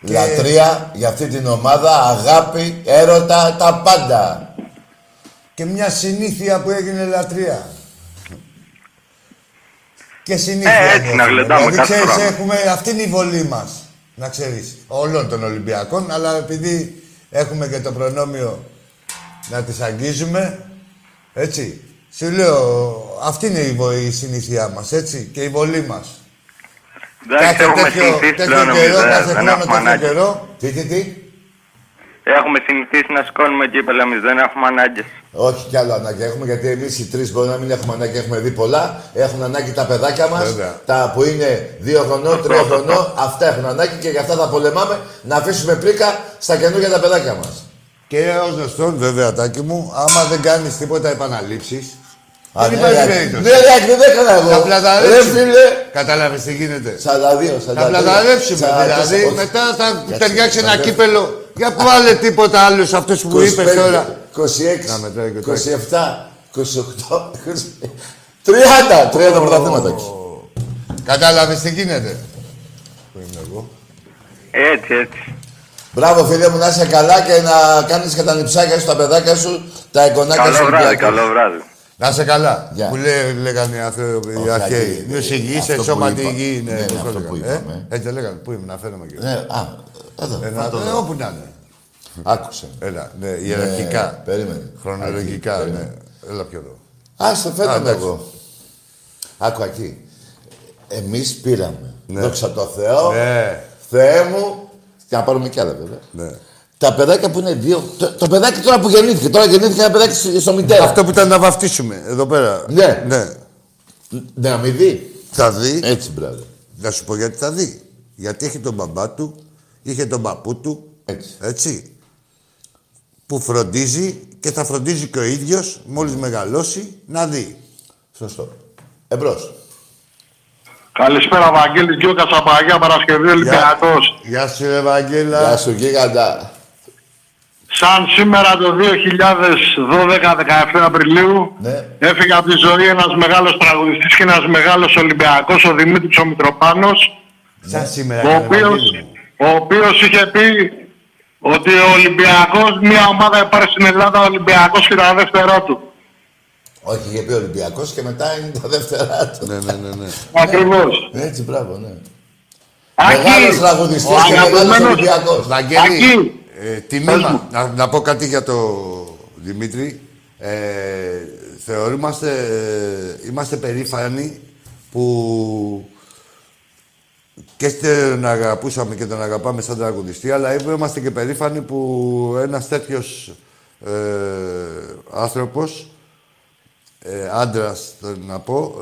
Λατρεία για αυτή την ομάδα, αγάπη, έρωτα, τα πάντα.
και μια συνήθεια που έγινε λατρεία. Και συνήθεια.
Ε, έτσι,
νιώθουμε.
να γλεντάμε
δηλαδή,
κάθε
ξέρεις,
πράγμα.
έχουμε, αυτή είναι η βολή μας, να ξέρεις, όλων των Ολυμπιακών, αλλά επειδή έχουμε και το προνόμιο να τις αγγίζουμε, έτσι, σου λέω, αυτή είναι η, βο- η συνήθειά μας, έτσι, και η βολή μας.
Εντάξει, έχουμε συνηθίσει πλέον
καιρό,
νομίζω, ε,
κάθε
δεν
χρόνο,
έχουμε
τέτοιο
ανάγκη.
καιρό,
Τι, τι, τι.
Έχουμε συνηθίσει να σηκώνουμε κύπελα εμείς, δεν έχουμε ανάγκες.
Όχι κι άλλο ανάγκη έχουμε, γιατί εμείς οι τρεις μπορεί να μην έχουμε ανάγκη, έχουμε δει πολλά. Έχουν ανάγκη τα παιδάκια μας,
Βέβαια.
τα που είναι δύο χρονών, τρία χρονών, αυτά έχουν ανάγκη και γι' αυτά θα πολεμάμε να αφήσουμε πρίκα στα καινούργια τα παιδάκια μας.
Και ως γνωστόν, βέβαια, τάκι μου, άμα δεν κάνεις τίποτα επαναλήψεις. Δεν
ναι,
υπάρχει
ρε,
περίπτωση.
ναι, ρε, δεν έκανα
Θα
εγώ. Ρε
πλαταρέψει.
φίλε,
Κατάλαβες τι γίνεται.
42, 43.
Θα πλαταρέψουμε.
44,
Δηλαδή
όχι.
μετά θα
Κάτσε,
ταιριάξει ένα
κάτσε.
κύπελο. Για βάλε τίποτα άλλο σε αυτούς που είπες
25,
τώρα.
26,
Να μετράω και
27,
το
28, 30, 30 πρωταθλήματα. έχεις.
Κατάλαβες τι γίνεται. Πού είμαι εγώ.
Έτσι, έτσι.
Μπράβο, φίλε μου, να είσαι καλά και να κάνεις και τα νυψάκια σου, τα παιδάκια σου, τα εικονάκια σου.
Καλό βράδυ,
Ολυμπιακούς.
καλό βράδυ.
Να είσαι καλά.
Γεια.
Που λέ, λέγανε οι άνθρωποι οι
Όχι,
αρχαίοι.
αρχαίοι.
Νιούς υγιή,
Αυτό
σε
που
σώμα τη
είπα.
υγιή.
Ναι,
Ναι, πώς
αυτό
το
που
λέγανε, ε.
είπαμε,
Έτσι δεν λέγανε. Πού είμαι, να φέρουμε και.
Ναι, α, εδώ.
Ε,
θα
να-
το
ε,
δω.
Όπου να είναι.
Άκουσε.
Έλα, ναι, ιεραρχικά.
Ε, περίμενε.
Χρονολογικά,
Περίμενε.
ναι. Έλα πιο εδώ.
Α, στο
Α,
φέρνω
εντάξει.
εγώ. Άκου εκεί. Εμείς πήραμε.
Ναι.
Δόξα τω Θεώ.
Ναι,
Θεέ μου. Και να πάρουμε κι άλλα βέβαια.
ναι.
Τα παιδάκια που είναι δύο. Το, το παιδάκι τώρα που γεννήθηκε. Τώρα γεννήθηκε ένα παιδάκι στο, στο μητέρα.
Αυτό που ήταν να βαφτίσουμε εδώ πέρα.
Ναι. Ε,
ναι.
Ναι, να μην δει.
Θα δει,
Έτσι, μπράβο.
να σου πω γιατί θα δει. Γιατί έχει τον μπαμπά του, είχε τον παππού του,
Έτσι.
έτσι. Που φροντίζει και θα φροντίζει και ο ίδιος, μόλις μεγαλώσει, να δει.
Σωστό. Εμπρός.
Καλησπέρα, Βαγγέλη Γιώκα Σαπαγιά, Παρασκευή Ολυμπιακός.
Γεια σου, Ευαγγέλα.
Γεια σου, γίγαντα.
Σαν σήμερα το 2012-17 Απριλίου
Ναι.
έφυγε από τη ζωή ένας μεγάλος τραγουδιστής και ένας μεγάλος Ολυμπιακός, ο Δημήτρης ο Μητροπάνος,
Σαν σήμερα,
Ε,
ο
καλέ,
οποίος,
Ευαγγέλη μου.
ο οποίος είχε πει ότι ο Ολυμπιακός, μια ομάδα υπάρχει στην Ελλάδα, ο Ολυμπιακός και τα δεύτερό του.
Όχι, είχε πει Ολυμπιακός και μετά είναι τα δεύτερά του.
Ναι, ναι, ναι, ναι.
Ακριβώς.
Έτσι, μπράβο, ναι. Μεγάλος
Ακή, ο
τραγουδιστής και μεγάλος
αγαπημένος,
Ολυμπιακός.
Βαγγέλη,
Ακή,
ε,
Πες
τιμή,
μου.
να, να πω κάτι για το Δημήτρη. Ε, θεωρούμαστε, ε, είμαστε περήφανοι που και τον αγαπούσαμε και τον αγαπάμε σαν τραγουδιστή, αλλά είμαστε και περήφανοι που ένας τέτοιος ε, άνθρωπος, ε, άντρας θέλω να πω,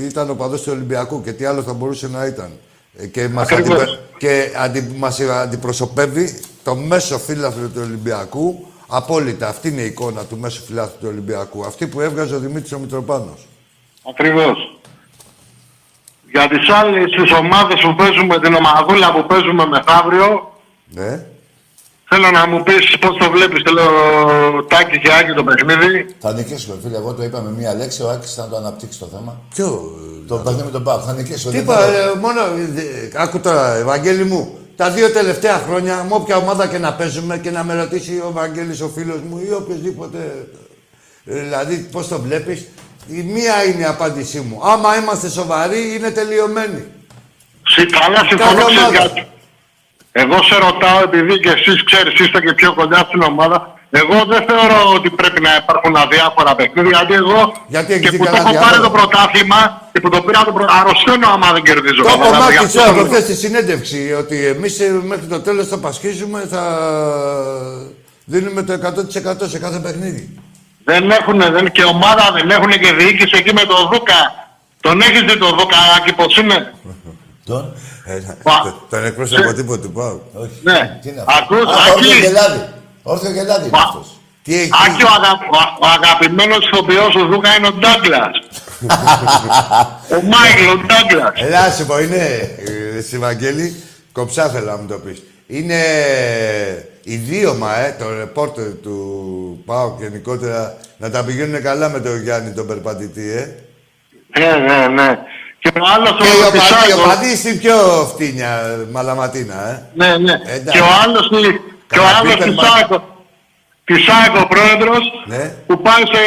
ε, ήταν ο παδός του Ολυμπιακού και τι άλλο θα μπορούσε να ήταν. Ε, Και μας,
Ακριβώς.
αντιπε- και αντι, μας αντιπροσωπεύει το μέσο φύλαθρο του Ολυμπιακού απόλυτα. Αυτή είναι η εικόνα του μέσου φύλαθρου του Ολυμπιακού. Αυτή που έβγαζε ο Δημήτρης ο Μητροπάνος.
Ακριβώς. Για τις άλλες τις ομάδες που παίζουμε, την ομαδούλα που παίζουμε μεθαύριο,
Ναι.
θέλω να μου πεις πώς το βλέπεις, θέλω Τάκη και Άκη το παιχνίδι.
Θα νικήσουμε, φίλε. Εγώ το είπα με μία λέξη. Ο Άκης θα το αναπτύξει το θέμα.
Ποιο, ε,
Το παιχνίδι με τον Πάο. Θα νικήσουμε.
Τι
δεν
είπα,
θέλω-
ε, μόνο. δε- Άκου τώρα, Ευαγγέλη μου. Τα δύο τελευταία χρόνια, με όποια ομάδα και να παίζουμε και να με ρωτήσει ο Βαγγέλης ο φίλος μου ή οποιοδήποτε. ε, Δηλαδή, πώς το βλέπεις. Η μία είναι η απάντησή μου. Άμα είμαστε σοβαροί, είναι τελειωμένοι.
Συ- Καλά συμφωνώ,
Κάθε
ξέρεις
ομάδα.
γιατί. Εγώ σε ρωτάω, επειδή και εσείς ξέρεις, είστε και πιο κοντά στην ομάδα, εγώ δεν θεωρώ ότι πρέπει να υπάρχουν αδιάφορα παιχνίδια, γιατί εγώ
Γιατί έχεις
και
δει
που το
κανένα
έχω πάρει το
αδιάφορο?
πρωτάθλημα και που το πήρα το πρωτάθλημα, αρρωσταίνω άμα δεν κερδίζω.
Το
ομάδα, γι'
κομμάτι
αυτό
τώρα
το
προχθές στη συνέντευξη ότι εμείς ε, μέχρι το τέλος θα πασχίζουμε, θα δίνουμε το 100% σε κάθε παιχνίδι.
Δεν έχουν δεν, και ομάδα, δεν έχουν και διοίκηση εκεί με τον Δούκα. Τον έχεις δει τον Δούκα, Άκη, πως είναι.
Τον.
Πα-
Ε, Τον εκπρόσωπο τίποτα του πάω.
Όχι.
Ναι.
Τι είναι αυτό.
Ακούς,
Α, Όρθιο
Άκη,
γελάδι. Όρθιο γελάδι είναι
Μα-
αυτός.
Τι έχει.
Άκη, ο, αγα- ο- ο αγαπημένος ηθοποιός του Δούκα είναι ο Ντάγκλας. ο Μάικλ, ο Ντάγκλας.
Ελά, σου πω, είναι. ε, Στη Βαγγέλη, κοψά θέλω να μου το πεις. Είναι ιδίωμα, ε, το ρεπόρτερ του ΠΑΟ γενικότερα να τα πηγαίνουν καλά με τον Γιάννη τον περπατητή, ε.
Ναι, ναι, ναι. Και ο άλλος
Και
ο
ο Παντή- ο
Πισάκος.
Παντής στην πιο φτύνια μαλαματίνα, ε.
Ναι, ναι.
Εντάξει.
Και ο άλλος, η- και ο
Καλά,
άλλος
πείτε
της
μας.
Σάκο. Της Σάκο πρόεδρος
Ναι.
που πάει σε...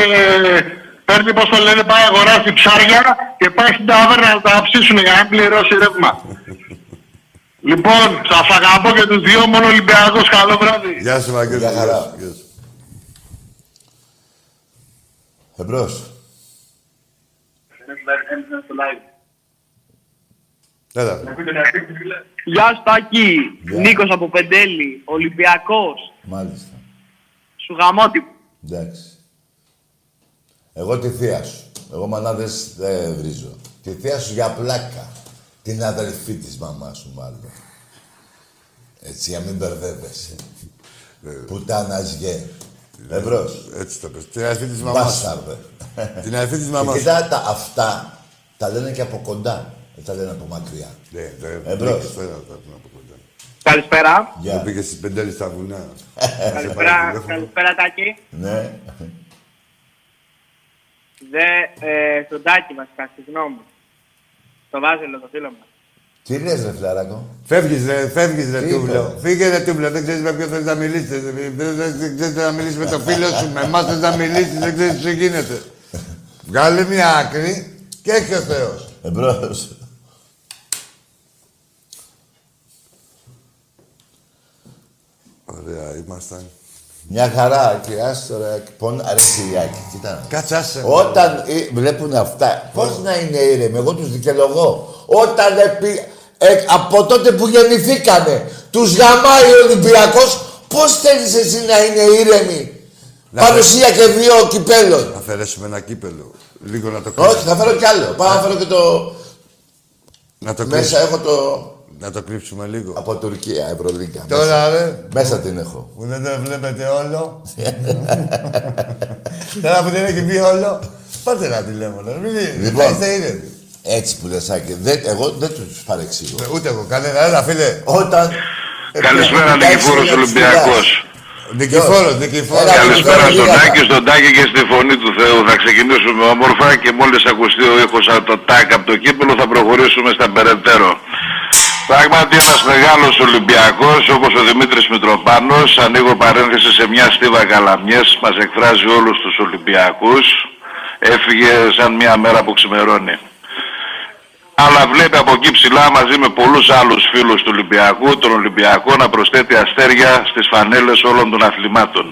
Παίρνει, πώς το λένε, πάει αγοράσει ψάρια και πάει στην ταβέρνα να τα ψήσουν για να πληρώσει ρεύμα. λοιπόν, σας αγαπώ και τους δύο, μόνο Ολυμπιακός. Καλό βράδυ.
Γεια σου, Βαγγέλη.
Γεια χαρά.
σου, γεια σου.
Εμπρός.
Έλα.
Γεια Στάκη,
Γεια.
Νίκος από Πεντέλη, Ολυμπιακός,
Μάλιστα.
σου γαμώτη.
Εντάξει. Εγώ τη θεία σου. Εγώ μανάδες δεν βρίζω. Τη θεία σου για πλάκα. Την αδελφή της μαμάς σου μάλλον. Έτσι, για μην μπερδεύεσαι. Πουτάνας γε. Εμπρός.
Έτσι το πες. Την αρφή της Ε. μαμάς.
Μπάσταρδε.
Την αρφή της
Και
μαμάς.
κοίτα τα αυτά τα λένε και από κοντά. Δεν τα λένε από μακριά.
Ναι, το
Εμπρός.
πήγες τώρα, τα πούμε από κοντά.
Καλησπέρα.
Γεια.
Το πήγες στις πεντέλη στα βουνά.
Καλησπέρα, καλησπέρα Τάκη.
Ναι.
Δε, ε, στον Τάκη βασικά, συγγνώμη. Το βάζελο το φίλο μας.
Τι λες ρε φιλαράκο.
Φεύγεις ρε, φεύγεις ρε
Τι
τούβλο.
είπα.
Φύγε ρε τούβλο, δεν ξέρεις με ποιον θέλεις να μιλήσεις. Δεν δεν- δεν ξέρεις να μιλήσεις με τον φίλο σου, με εμάς θέλεις να μιλήσεις, δεν ξέρεις τι γίνεται. Βγάλε μια άκρη και έχει ο Θεός.
Ε, Εμπρός.
Ωραία, ήμασταν.
Μια χαρά, και άστο ρε, πον, ρε Κυριάκη, κοίτα.
Κάτσε άσε. με.
Όταν ε, βλέπουν αυτά, πώς να είναι ήρεμοι, εγώ τους δικαιολογώ. Όταν επί, ε, από τότε που γεννηθήκανε, τους γαμάει ο Ολυμπιακός, πώς θέλεις εσύ να είναι ήρεμοι. Παρουσία και δύο κυπέλων.
Να αφαιρέσουμε ένα κύπελο. Λίγο να το
Όχι,
κρύψουμε.
θα φέρω κι άλλο. Πάω να φέρω και το...
Να το
Μέσα
κρύψουμε,
έχω το...
να το κρύψουμε λίγο.
Από Τουρκία, Ευρωλίγκα. Μέσα,
Τώρα ρε,
μέσα την έχω.
που δεν το βλέπετε όλο. Τώρα που δεν έχει βγει όλο. Πάτε ένα τηλέφωνο. Μην
Λοιπόν.
να είστε ήρεμοι.
Έτσι που λες, Άκη. Δεν, εγώ δεν τους παρεξηγώ.
Ούτε εγώ, κανένα. Έλα φίλε.
Όταν...
Καλησπέρα, Νικηφόρος Ολυμπιακός.
Νικηφόρος, Νικηφόρος.
Έλα,
Καλησπέρα
Καλησπέρα,
στον
Γιάννα.
Τάκη, στον Τάκη και στη φωνή του Θεού. Θα ξεκινήσουμε όμορφα και μόλις ακουστεί ο ήχος από το τάκ από το κύπελο θα προχωρήσουμε στα περαιτέρω. Πράγματι ένας μεγάλος Ολυμπιακός όπως ο Δημήτρης Μητροπάνος ανοίγω παρένθεση σε μια στίβα καλαμιές μας εκφράζει όλους τους Ολυμπιακούς έφυγε σαν μια μέρα που ξημερώνει. αλλά βλέπει από εκεί ψηλά μαζί με πολλούς άλλους φίλους του Ολυμπιακού, τον Ολυμπιακό να προσθέτει αστέρια στις φανέλες όλων των αθλημάτων.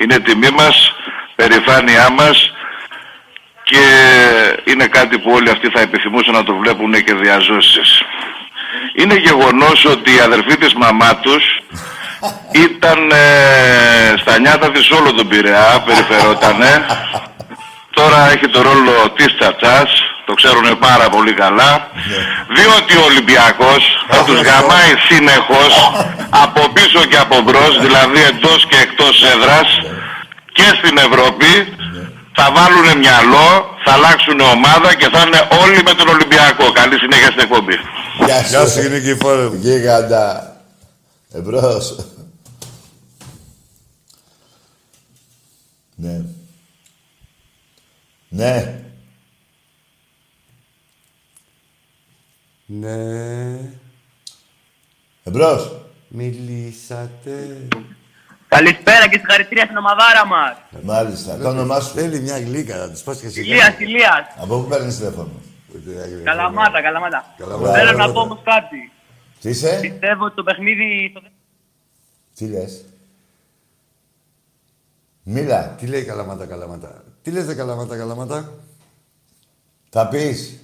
Είναι τιμή μας, περηφάνειά μας και είναι κάτι που όλοι αυτοί θα επιθυμούσαν να το βλέπουν και διαζώσεις. Είναι γεγονός ότι η αδερφή της μαμά τους ήταν ε, στα νιάτα της όλο τον Πειραιά, περιφερότανε. Τώρα έχει το ρόλο της τσατσάς, το ξέρουν πάρα πολύ καλά, διότι ο Ολυμπιακός θα τους γαμάει συνεχώς από πίσω και από μπρος, δηλαδή εντός και εκτός έδρας και στην Ευρώπη, θα βάλουν μυαλό, θα αλλάξουν ομάδα και θα είναι όλοι με τον Ολυμπιακό. Καλή συνέχεια στην εκπομπή.
Γεια σου, Νικηφόρε μου.
Γίγαντα. Ε, Εμπρός. Ναι. Ναι.
Ναι,
Ε, Εμπρός.
μιλήσατε.
Καλησπέρα και συγχαρητήρια στην ομαδάρα μας.
Μάλιστα. Το όνομά σου.
Θέλει μια γλύκα να της πας και σιγά.
Ηλίας, Ηλίας.
Από πού παίρνεις τηλέφωνο.
Καλαμάτα, καλαμάτα.
Καλαμάτα.
Θέλω να πω όμως κάτι.
Τι είσαι.
Πιστεύω ότι το παιχνίδι... το-
Τι λες. Μίλα.
Τι λέει καλαμάτα, καλαμάτα. Τι λέτε καλαμάτα, καλαμάτα.
Θα πεις.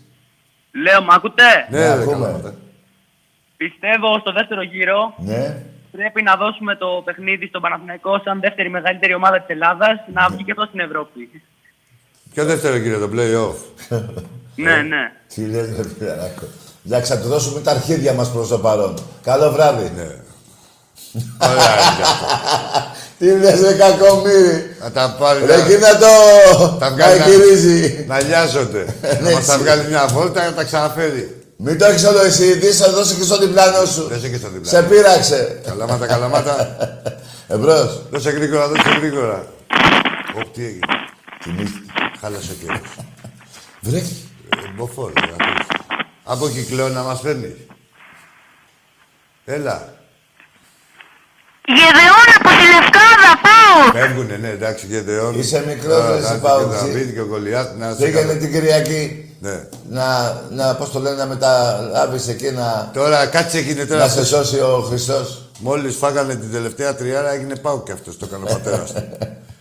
Λέω, μ' ακούτε.
Ναι,
Ναι, ρε,
ακούμε.
καλαμάτα.
Πιστεύω στο δεύτερο γύρο
Ναι.
πρέπει να δώσουμε το παιχνίδι στον Παναθηναϊκό σαν δεύτερη μεγαλύτερη ομάδα της Ελλάδας να βγει και αυτό στην Ευρώπη.
Ποιο δεύτερο κύριο, το play-off.
Ναι, ναι.
Τι λες ρε φιλαράκο. Εντάξει, θα του δώσουμε τα αρχίδια μας προς το παρόν. Καλό βράδυ.
Ναι. Ωραία, είναι αυτό.
Τι λες ρε κακομύρι.
Να τα πάρει.
Ρε
να-
κοίτα το.
Τα
Να
βγάλει να-
γυρίζει.
Να λιάζονται.
Ναι,
να μας τα
εσύ.
βγάλει μια βόλτα να τα ξαναφέρει.
Μην το έχεις όλο εσύ. Δεις, θα δώσει και στον διπλάνο σου.
Δώσε και στο διπλάνο.
Σε πείραξε.
Καλαμάτα, καλαμάτα.
Εμπρός.
Δώσε γρήγορα, δώσε γρήγορα. Ωπ, τι έγινε.
Θυμήθηκε.
Χάλασε ο κύριος.
Βρε.
Ε, Μποφόρ, να πεις. Από κυκλό να μας παίρνει. Έλα.
Γεδεών από τη Λευκάδα, πάω!
Φεύγουνε, ναι, εντάξει, Γεδεών.
Είσαι μικρός,
Α,
ρε,
να
σε
και
πάω,
το
ψι.
Δαβίδ και ο Γολιάθ, να σε
Πήγαινε
καλά.
την Κυριακή
Ναι.
να, να πώς το λένε, να μεταλάβεις εκεί να,
Τώρα κάτσε εκεί
να
τώρα.
σε σώσει ο Χριστός.
Μόλις φάγανε την τελευταία τριάρα έγινε πάω και αυτός το έκανε ο πατέρας του.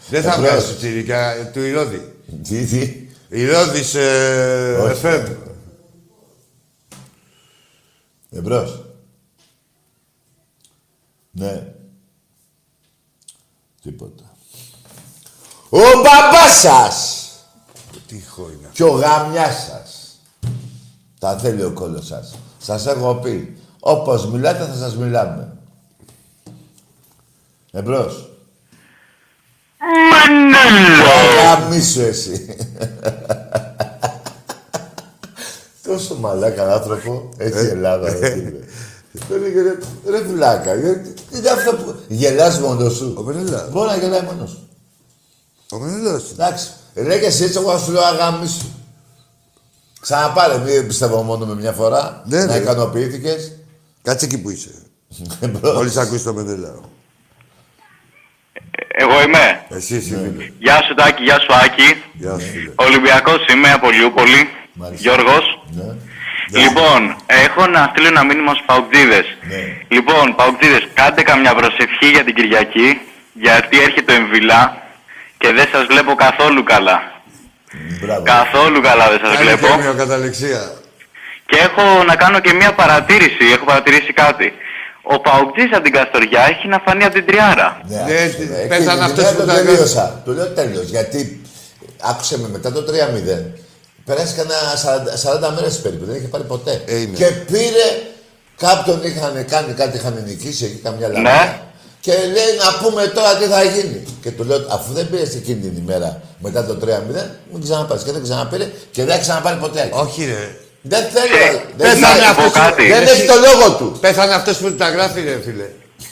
Δεν θα
Εμπρός.
βγάλει του τσιρικα, ε, του Ηρώδη.
Τι, τι.
Ηρώδης ε, FM.
Εμπρός. Ναι. Τίποτα. Ο μπαμπάς σας
Τι ήχο είναι.
και ο γαμιάς σας. Τα θέλει ο κόλλος σας. Σας έχω πει. Όπως μιλάτε θα σας μιλάμε. Εμπρός. Γαμίσου εσύ. Τόσο μαλάκα άνθρωπο έχει η Ελλάδα. ρε φίλε. Του έλεγε, ρε, ρε βλάκα, ρε, τι είναι αυτό που... Γελάς μόνος
Ο
σου.
Μενέλα.
Μπορεί να γελάει μόνος σου.
Ο Μενέλας.
Εντάξει. Ρε και εσύ έτσι εγώ θα σου λέω αγαμίσου. Ξαναπάρε, μην πιστεύω μόνο με μια φορά.
Ναι,
να
ρε.
ικανοποιήθηκες.
Κάτσε εκεί που είσαι.
Εμπρός.
Μόλις ακούσει το Μενέλα.
Εγώ είμαι.
Εσύ
Ναι,
είσαι φίλε.
Γεια σου Τάκη, γεια σου Άκη.
Γεια σου. φίλε.
Ολυμπιακός είμαι από Λιούπολη.
Μάλιστα.
Γιώργος.
Ναι.
Λοιπόν, έχω να στείλω ένα μήνυμα στους Παουκτίδες.
Ναι.
Λοιπόν, Παουκτίδες, κάντε καμιά προσευχή για την Κυριακή, γιατί έρχεται ο Εμβιλά και δεν σας βλέπω καθόλου καλά.
Μπράβο.
Καθόλου καλά δεν σας
Κάνε
βλέπω.
χέμιο καταληξία.
Και έχω να κάνω και μία παρατήρηση, έχω παρατηρήσει κάτι. Ο Παουκτής από την Καστοριά έχει να φανεί από την Τριάρα.
Ναι,
Ναι,
άκουσε
τι-
με.
πες
Εκείνη
αν
την
αυτός
ημέρα
που
το
τα
τελείωσα. Του λέω τέλειω. Γιατί άκουσε με μετά το 3-0. Πέρασε κανένα 40, 40 μέρες περίπου. Δεν είχε πάρει ποτέ.
Ε, είναι.
Και πήρε κάποιον είχαν κάνει κάτι, είχαν νικήσει εκεί καμιά λαμάδα.
Ναι.
Και λέει να πούμε τώρα τι θα γίνει. Και του λέω, αφού δεν πήρες εκείνη την ημέρα μετά το 3-0, μην ξαναπάρει. Και δεν ξαναπήρε και δεν ξαναπάρει ποτέ.
Όχι ρε.
Δεν θέλει.
Ε,
άλλο. δεν
να
θέλει.
σου πω κάτι.
Δεν έχει το λόγο του.
Πέθανε αυτός που τα γράφει ρε φίλε.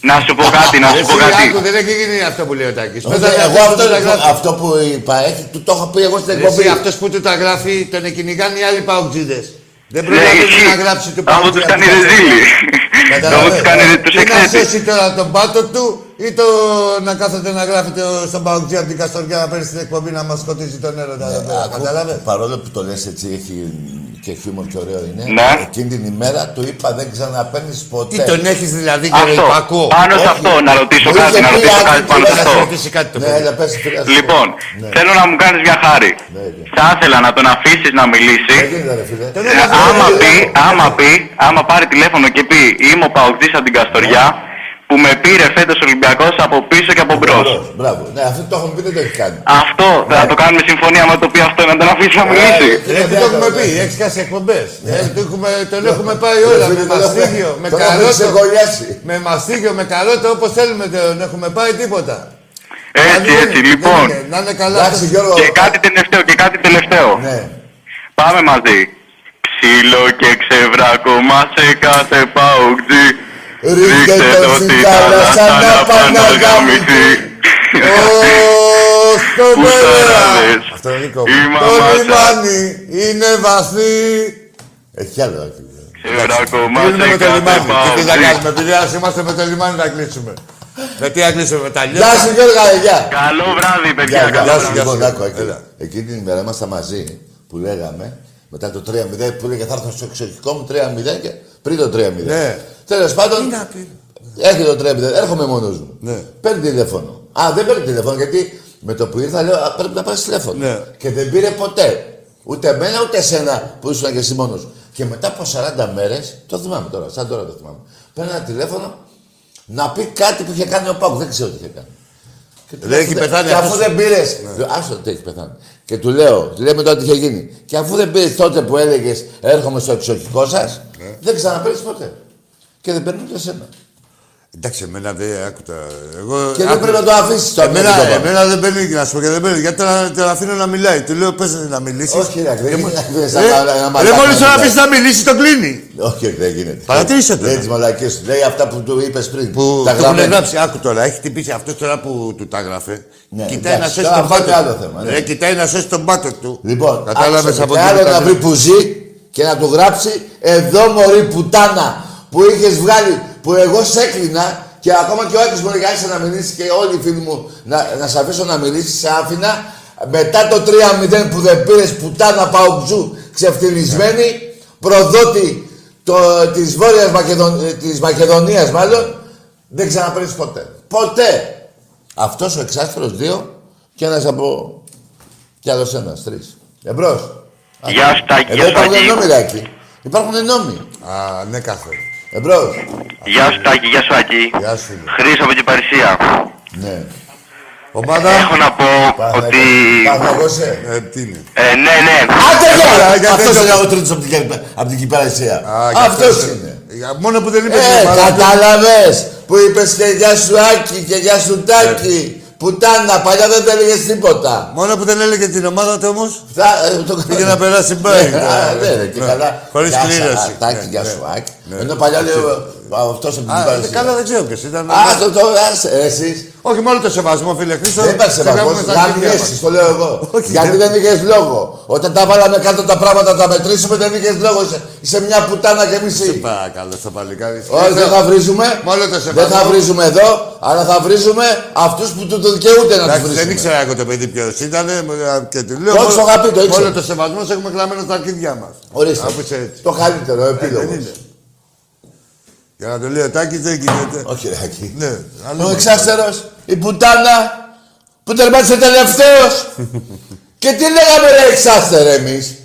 Να σου πω κάτι, να σου πω
Εσύ άκου,
κάτι.
δεν έχει γίνει αυτό που λέει ο Τάκης.
Όχι,
Πέθανε
Εγώ
αυτός που τα
αυτό,
γράφει.
αυτό που είπα, έχει, του το έχω πει εγώ στην εκπομπή.
Εσύ αυτός που του τα γράφει τον κυνηγάνε οι άλλοι παουτζίδες. Δεν
Ναι,
προλαβαίνει
ισχύει.
Ε,
να γράψει του
Αφού τους κάνει ρεζίλι. Αφού τους κάνει τους
Τι να
εκθέτει.
σώσει τώρα τον πάτο του ή το να κάθεται να γράφετε στον Παουτζή από την
Ναι,
Καστοριά να παίρνει την εκπομπή να μας σκοτίζει τον έρωτα. εδώ πέρα.
Καταλάβε. Παρόλο που το λες έτσι, έχει και χιούμορ και ωραίο είναι.
Ναι.
Εκείνη την ημέρα του είπα δεν ξαναπαίρνεις ποτέ.
Τι τον έχεις δηλαδή, κύριε
Αυτό.
Υπακό.
Πάνω σε αυτό, να ρωτήσω
Μου είχε
κάτι, να
πει,
ρωτήσω
άντε,
κάτι πάνω σε
να
αυτό.
σε
ρωτήσει κάτι το
Ναι,
παιδί.
έλα, πες, φίλε, ας το
Λοιπόν,
πω. Ναι.
θέλω να μου κάνεις μια χάρη.
Ναι, ναι.
Θα ήθελα να τον αφήσεις να
Δεν
μιλήσει.
γίνεται, ρε φίλε.
Τον
Ε,
έμαθα,
Άμα
ρε,
πει, άμα πει, άμα πάρει τηλέφωνο και πει Είμαι ο Παοκτής από την Καστοριά που με πήρε φέτος Ολυμπιακός από πίσω και από μπρο.
Μπρος, Μπράβο. Ναι, αυτό το έχουμε πει δεν το έχει κάνει.
Αυτό θα το κάνουμε συμφωνία με το πει αυτό να τον αφήσει να μιλήσει.
Ε,
Ρε, τι το
διάλογο,
έχουμε πει,
ναι.
έχεις χάσει εκπομπές. Τον Ε, Ναι, έχουμε πάει
Ρε
όλα με
φίλε, τον έχουμε-
μαστίγιο, με
τον έχουμε
καλότο.
ξεκολλιάσει.
Με μαστίγιο, με καλότο, όπως θέλουμε τον έχουμε πάει τίποτα.
Έτσι,
Δηλαδή,
έτσι,
δεν
λοιπόν.
είναι, Να είναι καλά.
Εντάξει, Γιώργο.
Και κάτι τελευταίο, και κάτι τελευταίο.
Ναι.
Πάμε μαζί. Ξύλο και ξεβρακωμά σε κάθε Παοκτή.
Ρίχτε το στην θάλασσα να παναγαμηθεί. Ω, στο μέρα.
Πουσάραδες.
Αυτό είναι δικό
Η
μου.
μαμά
Το
σας
λιμάνι είναι βαθύ.
Έχει κι άλλο. ρε.
ξεβρακωμά
Κλείνουμε
σε
με το
κάθε
λιμάνι. Και τι θα
Παοκτή.
κάνουμε, επειδή ας είμαστε με το λιμάνι να κλείσουμε. Με τι να κλείσουμε, με τα
Γεια
λιώτα.
σου Γιώργα, γεια.
Καλό βράδυ, παιδιά.
Γεια,
καλό
γεια σου
βράδυ.
λοιπόν, άκου, εκεί-
Έλα.
Εκείνη την ημέρα ήμασταν μαζί που λέγαμε μετά το 3-0 που έλεγε θα έρθω στο εξοχικό μου 3-0 και πριν το 3-0.
Ναι.
Τέλος πάντων,
Τι να πει.
έρχεται το 3-0, έρχομαι μόνος μου.
Ναι.
Παίρνει τηλέφωνο. Α, δεν παίρνει τηλέφωνο γιατί με το που ήρθα λέω «Α, πρέπει να πάρεις τηλέφωνο.
Ναι.
Και δεν πήρε ποτέ. Ούτε εμένα ούτε εσένα που ήσουν και εσύ μόνος. Και μετά από 40 μέρες, το θυμάμαι τώρα, σαν τώρα το θυμάμαι. Παίρνει ένα τηλέφωνο να πει κάτι που είχε κάνει ο Πάκου. Δεν ξέρω τι είχε κάνει. Και του
Δεν
λέω,
έχει
«Αφού
πεθάνει
Και αφού
αυτός».
δεν πήρες. Άστο ότι Ναι. έχει πεθάνει. Και του λέω, του λέμε τώρα τι είχε γίνει. Και αφού δεν πήρες τότε που έλεγες Έρχομαι στο εξοχικό σας, δεν ξαναπέρει ποτέ. Και δεν παίρνει ούτε εσένα.
Εντάξει, εμένα δεν άκουτα. Εγώ,
Και δεν
άκου-
πρέπει να το αφήσεις το
Εμένα,
αμυντικό πάνω.
εμένα δεν παίρνει, να σου πω και δεν παίρνει. Γιατί τον, τον αφήνω να μιλάει. Του λέω, πες να μιλήσεις.
Όχι, ρε, δεν γίνεται
ε,
να πεις να μαλάκα
Ρε,
να
μόλι τον
μιλάει.
αφήσεις να μιλήσεις, τον κλείνει.
Όχι, όχι, δεν γίνεται.
Παρατήρησε το.
Λέει τις μαλακίες του. Λέει αυτά που του είπες πριν.
Που
τα
του έχουν
γραμμένα.
γράψει. Άκου τώρα, έχει χτυπήσει αυτός τώρα που του τα γράφε.
Ναι,
κοιτάει να
εντάξει,
σώσει
τώρα
τον
αυτό
πάτο
είναι άλλο θέμα,
του.
ναι.
Ρε, κοιτάει να σώσει τον πάτο του.
Λοιπόν,
κατάλαβες
άκουσε,
από ναι.
και
την
άλλο
κοιτάει.
να βρει που ζει και να του γράψει εδώ μωρή πουτάνα που είχες βγάλει, που εγώ σε έκλεινα και ακόμα και ο Άκης μου έλεγε «Άσε να μιλήσει και όλοι οι φίλοι μου να, να σε αφήσω να μιλήσεις, σε άφηνα. Μετά το 3-0 που δεν πήρες πουτάνα Παουτζού ξεφτυλισμένη, προδότη το, της Βόρειας Μακεδον, ε, της Μακεδονίας μάλλον, δεν ξαναπαίρνεις ποτέ. Ποτέ! Αυτός ο εξάσφερος δύο και ένας από κι άλλος ένας, τρεις. Εμπρός.
Γεια σου, Τάκη,
Ε, Εδώ
γεια σου,
υπάρχουν
Τάκη.
νόμοι, Ράκη. Υπάρχουν νόμοι.
Α, ναι, καθόλου.
Εμπρό.
Γεια σου Τάκη, γεια σου Άκη.
Γεια σου. φίλε.
Χρήσα από την Παρισία.
Ναι.
Ομάδα.
Έχω να πω ότι...
Παθαγώσε.
Ε, τι είναι.
Ε, ναι, ναι.
Άντε
Καλά,
γεια!
για
Αυτός
τέτοιο-
είναι ο τρίτος από την Κε- από την Κυπαρισία.
Α, για
Αυτός
αυτός.
είναι.
Για- Μόνο που δεν είπε.
Ε, κατάλαβες που είπες και γεια σου Άκη και γεια σου Τάκη.
Ε.
Πουτάνα, παλιά δεν τα έλεγες τίποτα.
Μόνο που δεν έλεγε την ομάδα του όμως.
Θα, ε, το
Πήγε να περάσει μπάι.
Α, ναι, ρε, και
Ναι.
καλά.
Χωρίς
Γεια σου,
κλήρωση.
α, Τάκη,
Ναι,
γεια
ναι.
σου Άκη. Ενώ παλιά λέει αυτός από την
Α, ε,
Κυπαρισία.
καλά δεν ξέρω ποιος ήταν.
Α, το το άσε, εσείς.
Όχι μόνο το σεβασμό, φίλε Χρήστο.
Δεν υπάρχει
σε
σεβασμός.
κάνουμε στα χέρια μας.
Γαμιέσει, το λέω εγώ.
Όχι,
Γιατί
δεν-
δεν είχες λόγο. Όταν τα βάλαμε κάτω τα πράγματα, τα μετρήσουμε, δεν είχες λόγο. Είσαι- Είσαι μια πουτάνα και
Σε
μισή.
παρακαλώ, στο παλικάρι.
Όχι, δεν θα βρίζουμε.
Μόνο το σεβασμό.
Δεν θα βρίζουμε εδώ, αλλά θα βρίζουμε αυτούς που του το δικαιούνται να τους
Εντάξει, δεν
βρίζουμε.
ήξερα εγώ το παιδί ποιος ήταν και του λέω.
Το
μόνο-
έχω αγαπεί, το ήξερα.
Μόνο το σεβασμό σε έχουμε κλαμμένο στα αρχίδια μας.
Ορίστε.
Αφού είσαι έτσι.
Το καλύτερο επίλογος.
Ε, Δεν είναι. Για να το λέω, Τάκης δεν γίνεται.
Όχι, Ράκη.
Ναι, αλλά-
Ο εξάστερος, η πουτάνα που τερμάτισε τελευταίο. και τι λέγαμε ρε εξάστερε εμείς.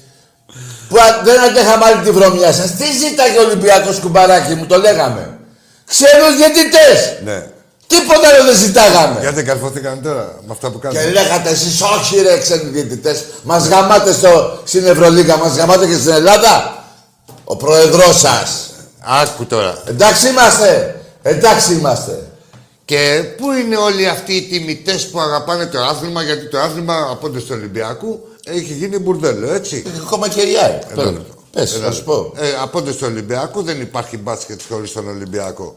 Που α- δεν αντέχαμε άλλη τη βρωμιά σας. Τι ζήταγε ο Ολυμπιακός κουμπαράκι μου, το λέγαμε. Ξένου διαιτητές.
Ναι.
Τίποτα άλλο δεν ζητάγαμε.
Γιατί δεν καρφωθήκαν τώρα με αυτά που
Και
κάνουν.
λέγατε εσείς, όχι ρε ξένοι διαιτητές, μας γαμάτε στο, στην Ευρωλίγα, μας γαμάτε και στην Ελλάδα. Ο πρόεδρός σας.
Άκου τώρα.
Εντάξει είμαστε. Εντάξει είμαστε.
Και πού είναι όλοι αυτοί οι τιμητές που αγαπάνε το άθλημα, γιατί το άθλημα από όντως του Ολυμπιακού έχει γίνει μπουρδέλο, έτσι.
Ακόμα και η ΑΕΚ.
Ένα
Τώρα,
λεπτό.
ε. πες,
Ένα
να σου
λεπτό.
πω.
Ε, από όντως του Ολυμπιακού δεν υπάρχει μπάσκετ χωρίς τον Ολυμπιακό.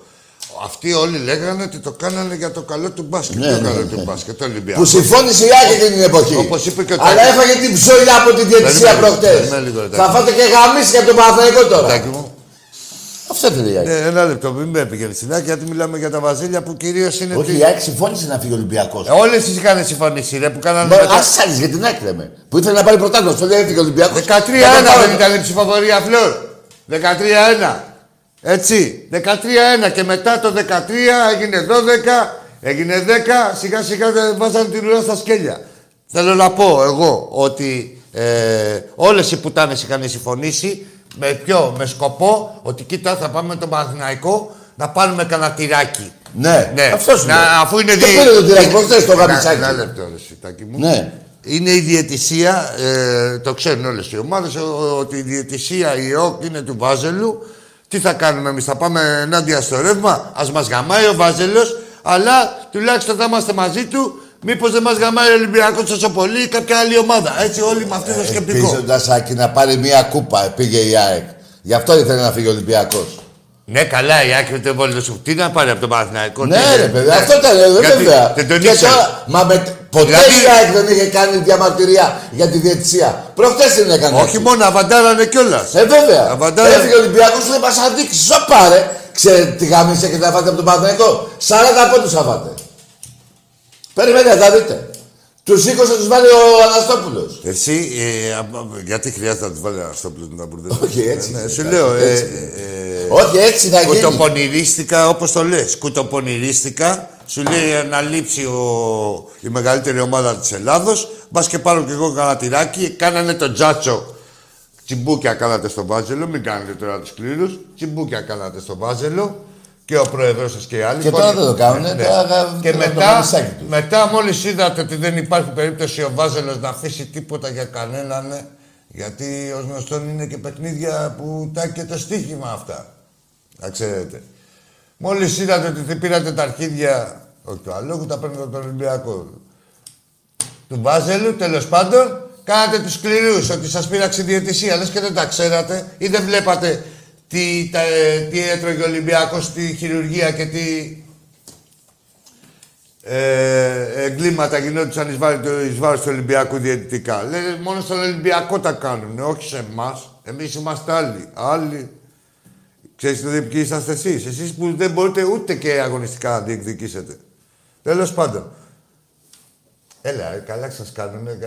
Αυτοί όλοι λέγανε ότι το κάνανε για το καλό του μπάσκετ.
Ναι,
το
ναι,
καλό
ναι.
του μπάσκετ, το Ολυμπιακό.
Που συμφώνησε η Άκη εκείνη την εποχή.
Ε, Όπως είπε και ο
Αλλά
Τάκης.
έφαγε την ψωλιά από την διαιτησία
Περιμένε λίγο,
προχτέ.
περιμένε λίγο, ρε,
Θα
Τάκη.
φάτε και γαμίσει και από τον Παναθηναϊκό τώρα.
Τάκη μου.
Αυτό ήθελε η ΑΕΚ.
Ναι, ένα λεπτό, μην με επικοινωνία, γιατί μιλάμε για τα βαζίλια που κυρίως είναι.
Όχι, η ΑΕΚ συμφώνησε να φύγει ο Ολυμπιακός.
Όλες τις είχαν συμφωνήσει, ρε, που κάνανε. μετά-
Α άλλες για την ΑΕΚ λέμε. Που ήθελε να πάρει πρωτάθλημα. Στο λέει έφυγε ο Ολυμπιακός.
13-1 δεν ήταν η ψηφοφορία, Φλόρ. 13-1. Έτσι. 13-1 και μετά το 13 έγινε 12, έγινε 10, σιγά σιγά δεν βάζανε τη ρουλά στα σκέλια. Θέλω να πω εγώ ότι ε, όλες οι πουτάνες είχαν συμφωνήσει με ποιο, με σκοπό ότι κοίτα θα πάμε με τον Παναθηναϊκό να πάρουμε κανένα τυράκι.
Ναι,
Ναι.
αυτός σου
Να-
λέω.
αφού είναι
Και
δι-
πήρε το τυράκι, πώς θες το
Ένα-
γαμιτσάκι.
Ένα λεπτό, ρε, σιτάκι μου.
Ναι.
Είναι η διαιτησία, ε, το ξέρουν όλες οι ομάδες, ότι η διαιτησία η ΕΟΚ είναι του Βάζελου. Τι θα κάνουμε εμείς, θα πάμε ενάντια στο ρεύμα, ας μας γαμάει ο Βάζελος, αλλά τουλάχιστον θα είμαστε μαζί του. Μήπως δεν μας γαμάει ο Ολυμπιακός τόσο πολύ ή κάποια άλλη ομάδα. Έτσι, όλοι με αυτό το
Ε,
σκεπτικό.
Ελπίζοντας Άκη να πάρει μια κούπα, πήγε η ΑΕΚ. Γι' αυτό ήθελε να φύγει ο Ολυμπιακός.
Ναι, καλά, η άκρη του εβόλου σου. Τι να πάρει από τον Παναθηναϊκό.
Ναι,
τι-
ρε παιδί,
ναι.
αυτό ήταν. ε,
Γιατί
Βέβαια.
Δεν τον
Και
ήξερε.
τώρα, Μα με, ποτέ
Δηλαδή-
η ΑΕΚ δεν είχε κάνει διαμαρτυρία για τη διαιτησία. Προχτές την έκανε.
Όχι μόνο, αβαντάρανε κιόλας.
Ε, βέβαια.
Απαντάει.
Έφυγε ο Ολυμπιακός και μα αδείξει. Ζωπά, ρε. Ξέρετε τι γάμισε και τα φάτε από τον Παναθηναϊκό. 40 πόντους θα φάτε. Περιμένετε, θα δείτε. Τους 20 τους βάλει ο Αναστόπουλος.
Εσύ, ε, α- α- γιατί χρειάζεται να τους βάλει ένα στο πλούτο να μπουρδεύει.
Όχι, έτσι
Ναι,
είναι,
σου
εντάξει,
λέω. ε,
έτσι
ε, ε,
Όχι, έτσι θα γίνει.
Κουτοπονηρίστηκα, όπως το λες. Κουτοπονηρίστηκα. Σου λέει να λείψει ο, η μεγαλύτερη ομάδα της Ελλάδος. Μπας και πάρω κι εγώ κανένα τυράκι. Κάνανε τον τζάτσο. Τσιμπούκια κάνατε στο βάζελο. Μην κάνετε τώρα τους κλήρους. Τσιμπούκια κάνατε στο βάζελο. Και ο πρόεδρος σας και οι άλλοι. Ε, ναι.
Και τώρα δεν το κάνουνε, τώρα θα-
και
θα το
μετά,
μανισάκι τους.
μετά μόλις είδατε ότι δεν υπάρχει περίπτωση ο Βάζελος να αφήσει τίποτα για κανέναν. ναι, Γιατί ως γνωστόν είναι και παιχνίδια που τα και το στοίχημα αυτά. Να ξέρετε. Μόλις είδατε ότι πήρατε τα αρχίδια. Όχι του αλόγου, τα παίρνετε από τον Ολυμπιακό. Του Βάζελου, τέλος πάντων, κάνατε τους σκληρούς ότι σας πήραξε η διαιτησία. Λες και δεν τα ξέρατε ή δεν βλέπατε τι, τα, ε, τι έτρωγε ο Ολυμπιακός στη χειρουργία και τι ε, εγκλήματα γινόντουσαν εις βάρος, του- εις βάρος του Ολυμπιακού διαιτητικά. Λένε μόνο στον Ολυμπιακό τα κάνουν, όχι σε εμάς. Εμείς είμαστε άλλοι. Άλλοι. Ξέρεις το ποιοι είσαστε εσείς. Εσείς που δεν μπορείτε ούτε και αγωνιστικά να διεκδικήσετε. Τέλος πάντων. Έλα, ε, καλά σας κάνουν. Ε,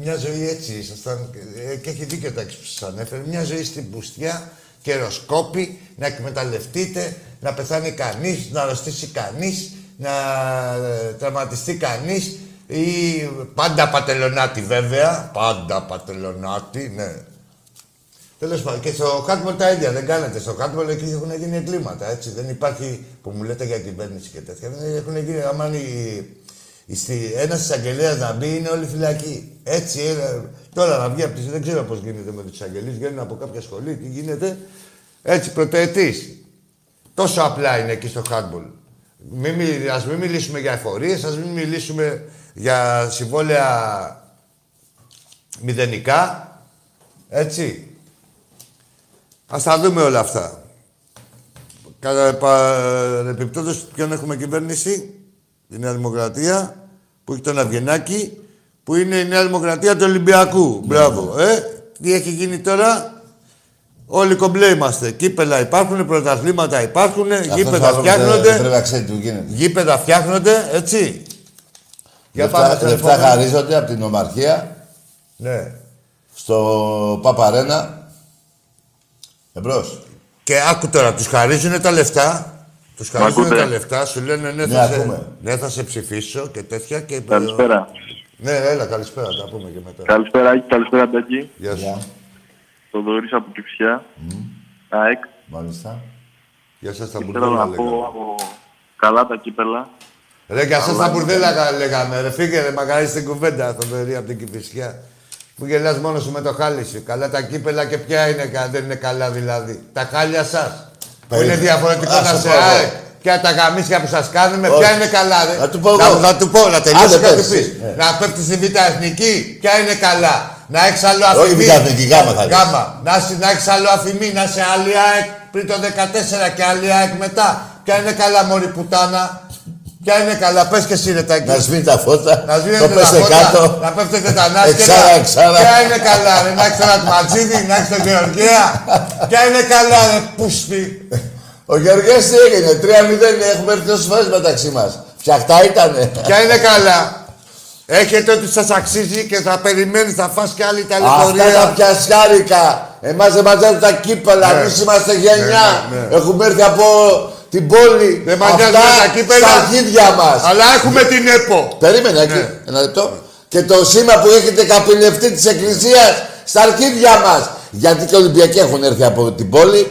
μια ζωή έτσι ήσασταν ε, και έχει δίκιο τα έξι που σας ανέφερε. Μια ζωή στην πουστιά, καιροσκόπη, να εκμεταλλευτείτε, να πεθάνει κανείς, να αρρωστήσει κανείς, να ε, τραυματιστεί κανείς ή πάντα πατελονάτη βέβαια, πάντα πατελονάτη, ναι. Τέλος πάντων, και στο Χάτμολ τα ίδια δεν κάνετε. Στο Χάτμολ εκεί έχουν γίνει εγκλήματα. Έτσι. Δεν υπάρχει που μου λέτε για κυβέρνηση και τέτοια. Δεν έχουν γίνει. Άμα ένα εισαγγελέα να μπει είναι όλη φυλακή. Έτσι. ε, τώρα να βγει από τις... Δεν ξέρω πώς γίνεται με τους εισαγγελεί. Βγαίνουν από κάποια σχολή, τι γίνεται. Έτσι, πρωτοετής. Τόσο απλά είναι εκεί στο χάντμπολ. Μη, μι- ας μην μιλήσουμε για εφορίες, ας μην μιλήσουμε για συμβόλαια μηδενικά. Έτσι. Ας τα δούμε όλα αυτά. Κατά πα- επιπτώτως, ποιον έχουμε κυβέρνηση, η Νέα Δημοκρατία, που έχει τον Αυγενάκη, που είναι η Νέα Δημοκρατία του Ολυμπιακού.
Ναι.
Μπράβο. Ε, τι έχει γίνει τώρα, Όλοι κομπλέ είμαστε. Κύπελα υπάρχουν, πρωταθλήματα υπάρχουν, γήπεδα
ε,
φτιάχνονται.
Πρέπει να ξέρει τι του γίνεται.
Γήπεδα φτιάχνονται, έτσι.
Λεφτά,
στο
λεφτά
επόμενο.
χαρίζονται από την Ομαρχία
Ναι.
στο Παπαρένα. Εμπρός.
Και άκου τώρα, τους χαρίζουν τα λεφτά. Τους χαρίζουν
ακούτε?
τα λεφτά, σου λένε ναι,
Ναι,
θα, σε,
ακούμε.
ναι, θα σε ψηφίσω και τέτοια. Και...
Καλησπέρα.
Ναι, έλα, καλησπέρα, τα πούμε και μετά.
Καλησπέρα, Άκη. Καλησπέρα, Αντάκη.
Γεια σου.
Το δωρή από Κυψιά. ΑΕΚ.
Μάλιστα.
Γεια σας τα
Θέλω
μπουρδέλα,
να
λέγαμε.
πω καλά τα κύπελα.
Ρε, για σας τα μπουρδέλα, λέγαμε. Ρε, φύγε, ρε, μακαρίζει την κουβέντα, θοδωρή, από την Κηφισιά. Που γελάς μόνος σου με το χάλι σου. Καλά τα κύπελα και ποια είναι, κα- δεν είναι καλά δηλαδή. Τα χάλια σας. Που είναι
Περίμενε.
διαφορετικό
Ας
να
το
σε
πω εγώ.
ΑΕΚ. Ποια τα γαμίσια που σας κάνουμε,
Όχι.
ποια είναι καλά, ρε.
Να του πω
να,
εγώ.
να του πω, να τελειώσει Ναι.
Άντε,
να
πες.
του πεις.
Ε.
Να πέφτει στη β' εθνική, ποια είναι καλά. Να έχεις άλλο
Όχι
αφημί.
β' εθνική, γάμα θα λες.
Γάμα. Να, σε- να έχεις άλλο αφημί, να είσαι άλλη ΑΕΚ πριν το 14 και άλλη ΑΕΚ μετά. Ποια είναι καλά, Μωρή Πουτάνα. Και αν είναι καλά, πες και εσύ ρετάκι.
Να σβήνει τα φώτα,
Να σβήνετε
το
τα
πέστε
φώτα,
κάτω.
να πέφτετε τα ανάσκελα.
Εξάρα, εξάρα.
Ποια είναι καλά, ρε, να έχεις τον Ατματζίδη, να έχεις τον Γεωργία. Ποια είναι καλά, ρε, πούστη.
Ο Γεωργιάς τι έγινε, 3-0 έχουμε έρθει τόσες φορές μεταξύ μας. Φτιαχτά ήτανε.
Ποια είναι καλά. Έχετε ό,τι σας αξίζει και θα περιμένεις, θα φας κι άλλη
Αυτά τα
ταλαιπωρία.
πιασιάρικα. Εμάς δεν μαζεύουν τα κύπελα.
Ναι.
Εμείς είμαστε γενιά.
Ναι, ναι, ναι.
Έχουμε έρθει από την πόλη.
Δεν μας νοιάζουν τα κύπελα.
στα αρχίδια μας.
Αλλά έχουμε την ΕΠΟ.
Περίμενε εκεί.
Ναι.
Ένα λεπτό. Και το σήμα που έχετε καπηλευτεί της εκκλησίας στα αρχίδια μας. Γιατί και Ολυμπιακοί έχουν έρθει από την πόλη.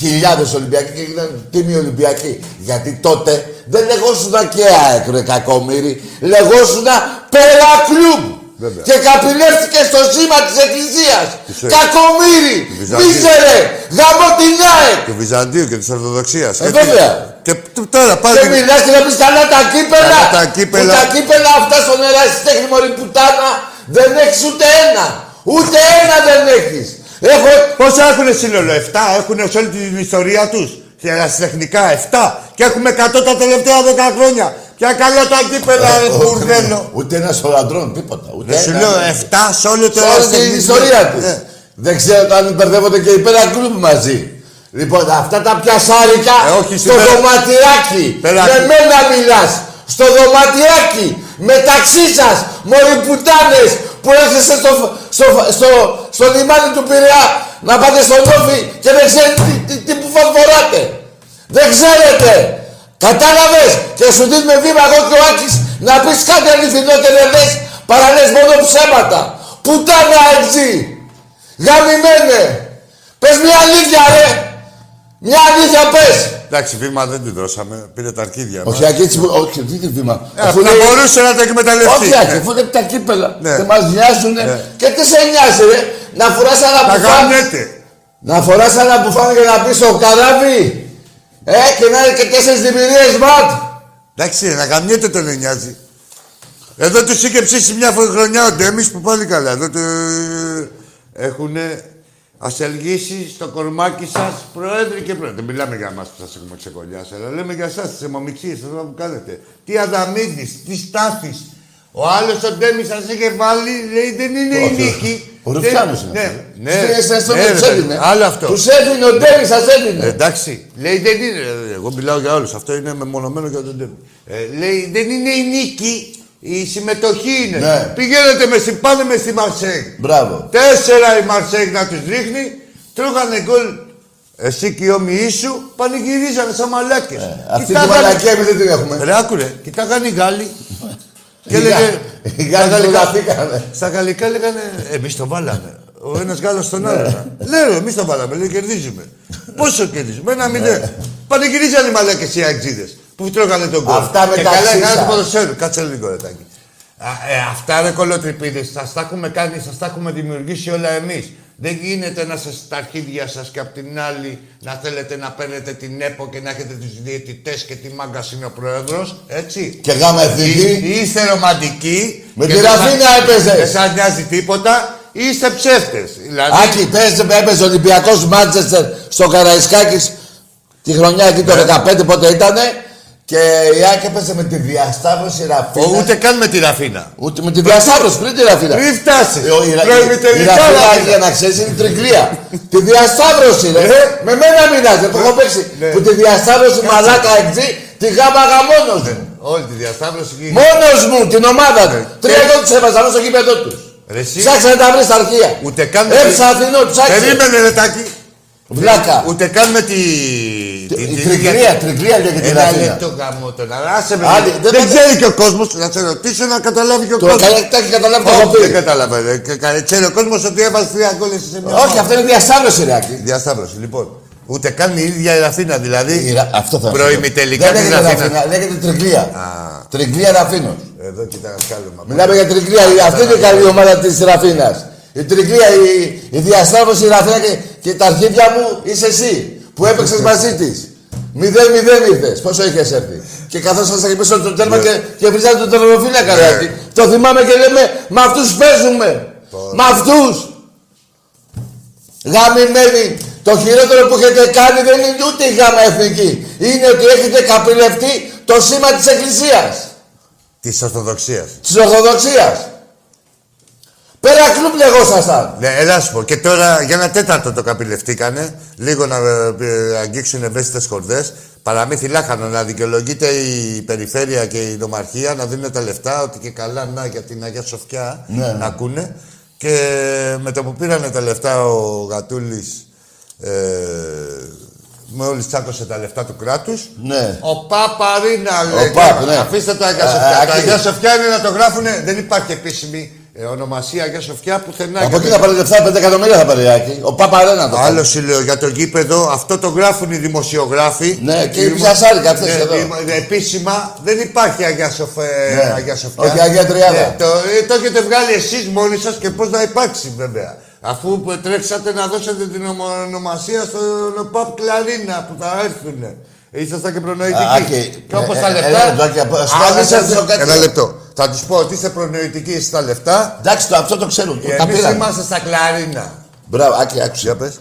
Χιλιάδες Ολυμπιακοί και έγιναν τίμοι Ολυμπιακοί. Γιατί τότε δεν λεγόσουνα και ΑΕΚ, ρε κακομύρι. Λεγόσουνα Πέρα Κλουμπ.
Βέβαια.
Και καπηλεύτηκε στο σήμα της εκκλησίας.
ΑΕΚ.
Κακομύρι.
Βυζαντίου.
Μίζερε. Γαμώ την ΑΕΚ.
Του Βυζαντίου και της Ορθοδοξίας.
Ε,
Έτσι.
βέβαια.
Και τ- τώρα πάλι.
Και μιλάς και να πεις καλά τα κύπελα.
Καλά τα κύπελα.
Που τα κύπελα αυτά στο νεράσι τέχνη μωρή πουτάνα δεν έχεις ούτε ένα. Ούτε ένα δεν έχεις. Έχω...
Πόσα έχουν σύνολο, 7 έχουν σε όλη την ιστορία τους. Τεχνικά 7 και έχουμε 100 τα τελευταία 10 χρόνια. Ποια καλά τα κύπελα, ρε μπουρδέλο.
Ούτε ένας ορατρών, τίποτα. Ούτε
Δεν ε, σου
ένα.
λέω 7 Ε, σε όλο
Σε όλη
το
την
ερασιτεχνικό.
ιστορία της.
Ε,
Δεν ξέρω αν μπερδεύονται και οι πέρα κλουμπ μαζί. Λοιπόν, αυτά τα πιασάρικα
Ε, όχι,
στο
στην Πέρα-
δωματιάκι.
Πέρα-
Με μένα μιλάς. Στο δωματιάκι. Μεταξύ σας, μοριπουτάνες που έρχεστε στο, φ- στο, φ- στο, στο λιμάνι του Πειραιά να πάτε στον Όφη και δεν ξέρετε τι, τι, τι που φορφοράτε. Δεν ξέρετε. Κατάλαβες και σου δίνουμε βήμα εγώ και ο Άκης να πεις κάτι αληθινό και δεν λες παρά λες μόνο ψέματα. Πουτάνα έτσι. Γαμημένε. Πες μια αλήθεια ρε. Μια αλήθεια πες.
Εντάξει, βήμα δεν του δώσαμε. Πήρε τα αρκίδια. μας.
Όχι, Άκη, έτσι, που- όχι, τι βήμα.
Ε, αφού να μπορούσε να τα εκμεταλλευτεί.
Όχι, Άκη, αφού είναι τα κύπελα.
ε». Ναι.
Δεν μας νοιάζουνε.
Ναι.
Και τι σε νοιάζει, ρε. Να φοράς ένα
Τα
πουφάν.
γαμνέτε.
Να φοράς ένα πουφάν και να πεις στο καράβι. Ε, και να είναι και τέσσερις δημιουργίες ματ.
Εντάξει, ρε, να γαμνιέται τον νοιάζει. Εδώ τους είχε ψήσει μια φο- χρονιά ο Ντέμις που πάλι καλά. Εδώ του έχουν ασελγήσει στο κορμάκι σας πρόεδρε και πρόεδρε. Δεν μιλάμε για εμάς που σας έχουμε ξεκολλιάσει, αλλά λέμε για εσάς τις αιμομηξίε, αυτά που κάνετε. Τι αδαμίδη, τι στάθη. Ο άλλος ο Ντέμι σας είχε βάλει, λέει δεν είναι η
Όχι,
νίκη.
Ο
Δεν-
Ρουφιάνος είναι.
Ναι,
αυτός.
ναι.
Τους έδινε στον
ναι, ρε,
Τους έδινε.
Άλλο αυτό.
Τους έδινε ο Ντέμι, σας έδινε.
Ε, Εντάξει. Λέει δεν είναι. ε, Εγώ μιλάω για όλους. Αυτό είναι μεμονωμένο για τον Ντέμι. Ε, λέει δεν είναι η νίκη. Η συμμετοχή είναι.
Ναι.
Πηγαίνετε με στη, πάμε με στη Μαρσέγ.
Μπράβο.
Τέσσερα η Μαρσέγ να τους ρίχνει. Τρώγανε γκολ. Εσύ και οι όμοιοι σου πανηγυρίζανε σαν μαλάκες.
Αυτή τη μαλακία εμείς δεν την έχουμε.
Ρε άκουρε, κοιτάγανε οι Γάλλοι.
Οι
και έλεγε.
Γά- οι Γάλλοι
στα
του
γαλλικά-
γραφήκανε.
Στα γαλλικά λέγανε. Εμείς το βάλαμε. Ο ένας Γάλλος τον άλλο. Λέω, εμείς το βάλαμε. Λέει, κερδίζουμε. Πόσο κερδίζουμε, ένα μηδέν. Πανηγυρίζανε οι μαλάκες οι αγγίδε που τρώγανε τον κόλπο.
Αυτά μεταξύ
καλά οι Γάλλοι
σας.
του ποδοσφαίρου. Κάτσε λίγο ρετάκι. Α, ε, αυτά ρε κολοτρυπίδε, σα τα έχουμε κάνει, σα τα έχουμε δημιουργήσει όλα εμείς. Δεν γίνεται να σας τα αρχίδια σας και απ' την άλλη να θέλετε να παίρνετε την ΕΠΟ και να έχετε του διαιτητές και τη μάγκα είναι ο πρόεδρος. Έτσι.
Και γάμα
Ή-
εθνική.
Είστε ρομαντικοί.
Με
και
τη
δεν
Ραφίνα
σας-
έπαιζες.
Δεν σας νοιάζει τίποτα. Είστε ψεύτες. Δηλαδή,
Άκη, πες, έπαιζε ο Ολυμπιακός Μάντσεστερ στο Καραϊσκάκης τη χρονιά εκεί
Ναι.
το 15 πότε ήτανε και η Άκη έπαιζε με τη διασταύρωση Ραφίνα.
ο- ούτε καν με τη Ραφίνα.
Ούτε με τη διασταύρωση, πριν τη Ραφίνα.
Μην φτάσει.
Ε, ο- Η, Ρα- η- η
Προημιτελικά
Ραφίνα, για
Ραφίνα.
να ξέρεις, είναι τρικλία. τη διασταύρωση, ρε.
Ε.
με μένα μιλάς, δεν το έχω παίξει.
Ναι.
Που τη διασταύρωση μαλάκα εκτζή, τη γάμαγα μόνος μου.
Όλη τη διασταύρωση γίνει.
Μόνος μου, την ομάδα του. Τρία
Και-
γκολ τους έβαζα μέσα στο γήπεδο τους.
Ε, Ρε, εσύ.
Ψάξε να τα βρεις στα αρχεία.
Ούτε καν με
Έψα Αθηνό, ψάξε.
Περίμενε, Ρετάκι.
Βλάκα.
Ούτε καν με τη.
Η
την- την-
τρικλία, τρικλία λέγεται την
Ένα
Αθήνα.
λεπτό γαμό τον άσε με.
Άλλη,
δεν
δεν με-
ξέρει και ο κόσμος, να σε ρωτήσω να καταλάβει και ο
Το
κόσμος.
καλά- τα έχεις καταλάβει το έχω
Δεν
πει.
κατάλαβε. ρε. Και- κα- Ξέρει ο κόσμος ότι έβαλε τρία γκολ εσύ σε μια.
Όχι,
ομάδα.
αυτό είναι διασταύρωση, ρε Άκη.
Διασταύρωση, λοιπόν. Ούτε καν η ίδια η Ραφίνα
Η
δηλαδή.
Ρα- Αυτό θα
Προημιτελικά
Δεν
της
λέγεται
Αθήνας.
Ραφίνα, λέγεται τρικλία. Τρικλία Ραφίνο.
Εδώ κοιτά κάλεμα.
Μιλάμε για τρικλία, η- αυτή είναι η καλή ομάδα της Ραφίνα. Η τρικλία, η, η διασταύρωση Ραφίνα και, και τα αρχίδια μου είσαι εσύ που έπαιξες μαζί της. Μηδέν μηδέν ήρθες. Πόσο είχες έρθει. Και καθώς σα είχε πίσω το τέρμα και, και βρίζατε τον τερματοφύλακα.
Ναι.
Yeah. Το θυμάμαι και λέμε με αυτούς παίζουμε. Με αυτού. Γαμημένοι, το χειρότερο που έχετε κάνει δεν είναι ούτε η γάμα εθνική. Είναι ότι έχετε καπηλευτεί το το σήμα της Εκκλησίας.
Της Ορθοδοξίας.
Της Ορθοδοξίας. Πέρα κλουμπ λεγόσασταν.
Ναι, έλα σου πω. Και τώρα για ένα τέταρτο το καπηλευτήκανε. Λίγο να ε, ε, αγγίξουν ευαίσθητες χορδές. Παραμύθι λάχανο να δικαιολογείται η περιφέρεια και η νομαρχία να δίνουν τα λεφτά. Ότι και καλά να για την Αγία Σοφιά
Ναι.
να ακούνε. Και με το που πήρανε τα λεφτά ο Γατούλης. Ε, μόλι τσάκωσε τα λεφτά του κράτους.
Ναι.
Ο Παπαρίνα λέει.
Παπ, ναι.
Αφήστε το Αγία
Α,
Σοφιά.
α, εκεί.
Τα Αγία Σοφιά είναι να το γράφουνε. Δεν υπάρχει επίσημη ε, ονομασία Αγία Σοφιά πουθενά.
Από
Γιατί
εκεί θα πάρει λεφτά, 5 εκατομμύρια θα πάρει Άκη. Ο Παπαρένα το
Άλλο σου λέω για το γήπεδο, αυτό το γράφουν οι δημοσιογράφοι. Ε,
Ναι, και οι
δημο-
πιασάρικα, αυτές
Ναι,
εδώ.
δημο- ναι, Επίσημα δεν υπάρχει Αγία, Σοφέ,
Ναι.
Αγία Σοφιά.
Όχι, Αγία Τριάδα.
το, ε, το έχετε βγάλει εσείς μόνοι σας και πώς να υπάρξει βέβαια. Αφού που τρέξατε να δώσετε την ομο- ονομασία στον Παπ Κλαρίνα που θα έρθουν. Ήσασταν και προνοητικοί.
Α, Άκη,
και όπω
ε,
τα
ε,
λεφτά.
ένα λεπτό, Άκη, απο- ας πω,
Αν
να
είσαστε-
σας δω κάτι.
Ένα λεπτό. Θα τους πω ότι είστε προνοητικοί στα λεφτά.
Εντάξει, το αυτό το ξέρουν.
Και
τα
εμείς
πήραν.
είμαστε στα Κλαρίνα.
Μπράβο, Άκη, άκουσε.
Για πες.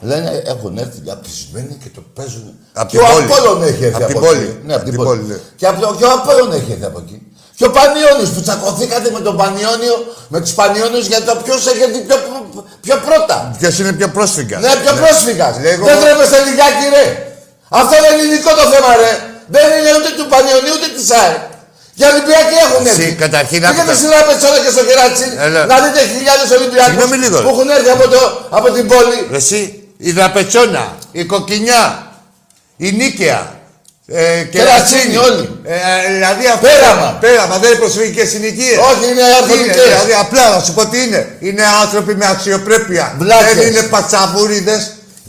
Λένε έχουν έρθει διαπισμένοι και το παίζουν.
Απ'
και
την
ο
πόλη.
Απόλλων έχει έρθει
Απ'
από,
την
εκεί.
πόλη.
Ναι, από την
Απ' την
πόλη.
πόλη, ναι.
Και, από, και ο Απόλλων έχει έρθει από εκεί. Και ο Πανιόνιος που τσακωθήκατε με τον Πανιόνιο, με τους Πανιόνιους για το ποιος έχει έρθει πιο, πιο πρώτα.
Ποιος είναι πιο πρόσφυγας.
Ναι, πιο πρόσφυγας.
Λέγω-
Δεν τρέπεστε λιγάκι ρε. Αυτό είναι ελληνικό το θέμα ρε. Δεν είναι ούτε του Πανιόνιου ούτε της ΑΕ. Για Ολυμπιακοί έχουν
Εσύ,
έρθει.
καταρχήν,
Πήγατε
άκουτα.
στην Απετσόνα και στο Κεράτσι
Έλα.
να δείτε χιλιάδες Ολυμπιακούς
ναι. Συγγνώμη λίγο, ρε.
που έχουν έρθει από, το, από την πόλη.
Ρε Εσύ, η Δαπετσόνα, η Κοκκινιά, η Νίκαια. Ε, και
Κερατσίνη, όλοι.
Ε, δηλαδή αυτό.
Πέραμα.
Πέραμα, δεν είναι προσφυγικές συνοικίες.
Όχι, είναι
Είναι, δηλαδή,
αρθρωτικές.
απλά να σου πω τι είναι. Είναι άνθρωποι με αξιοπρέπεια.
Βλάκες.
Δεν είναι πατσαβούριδες.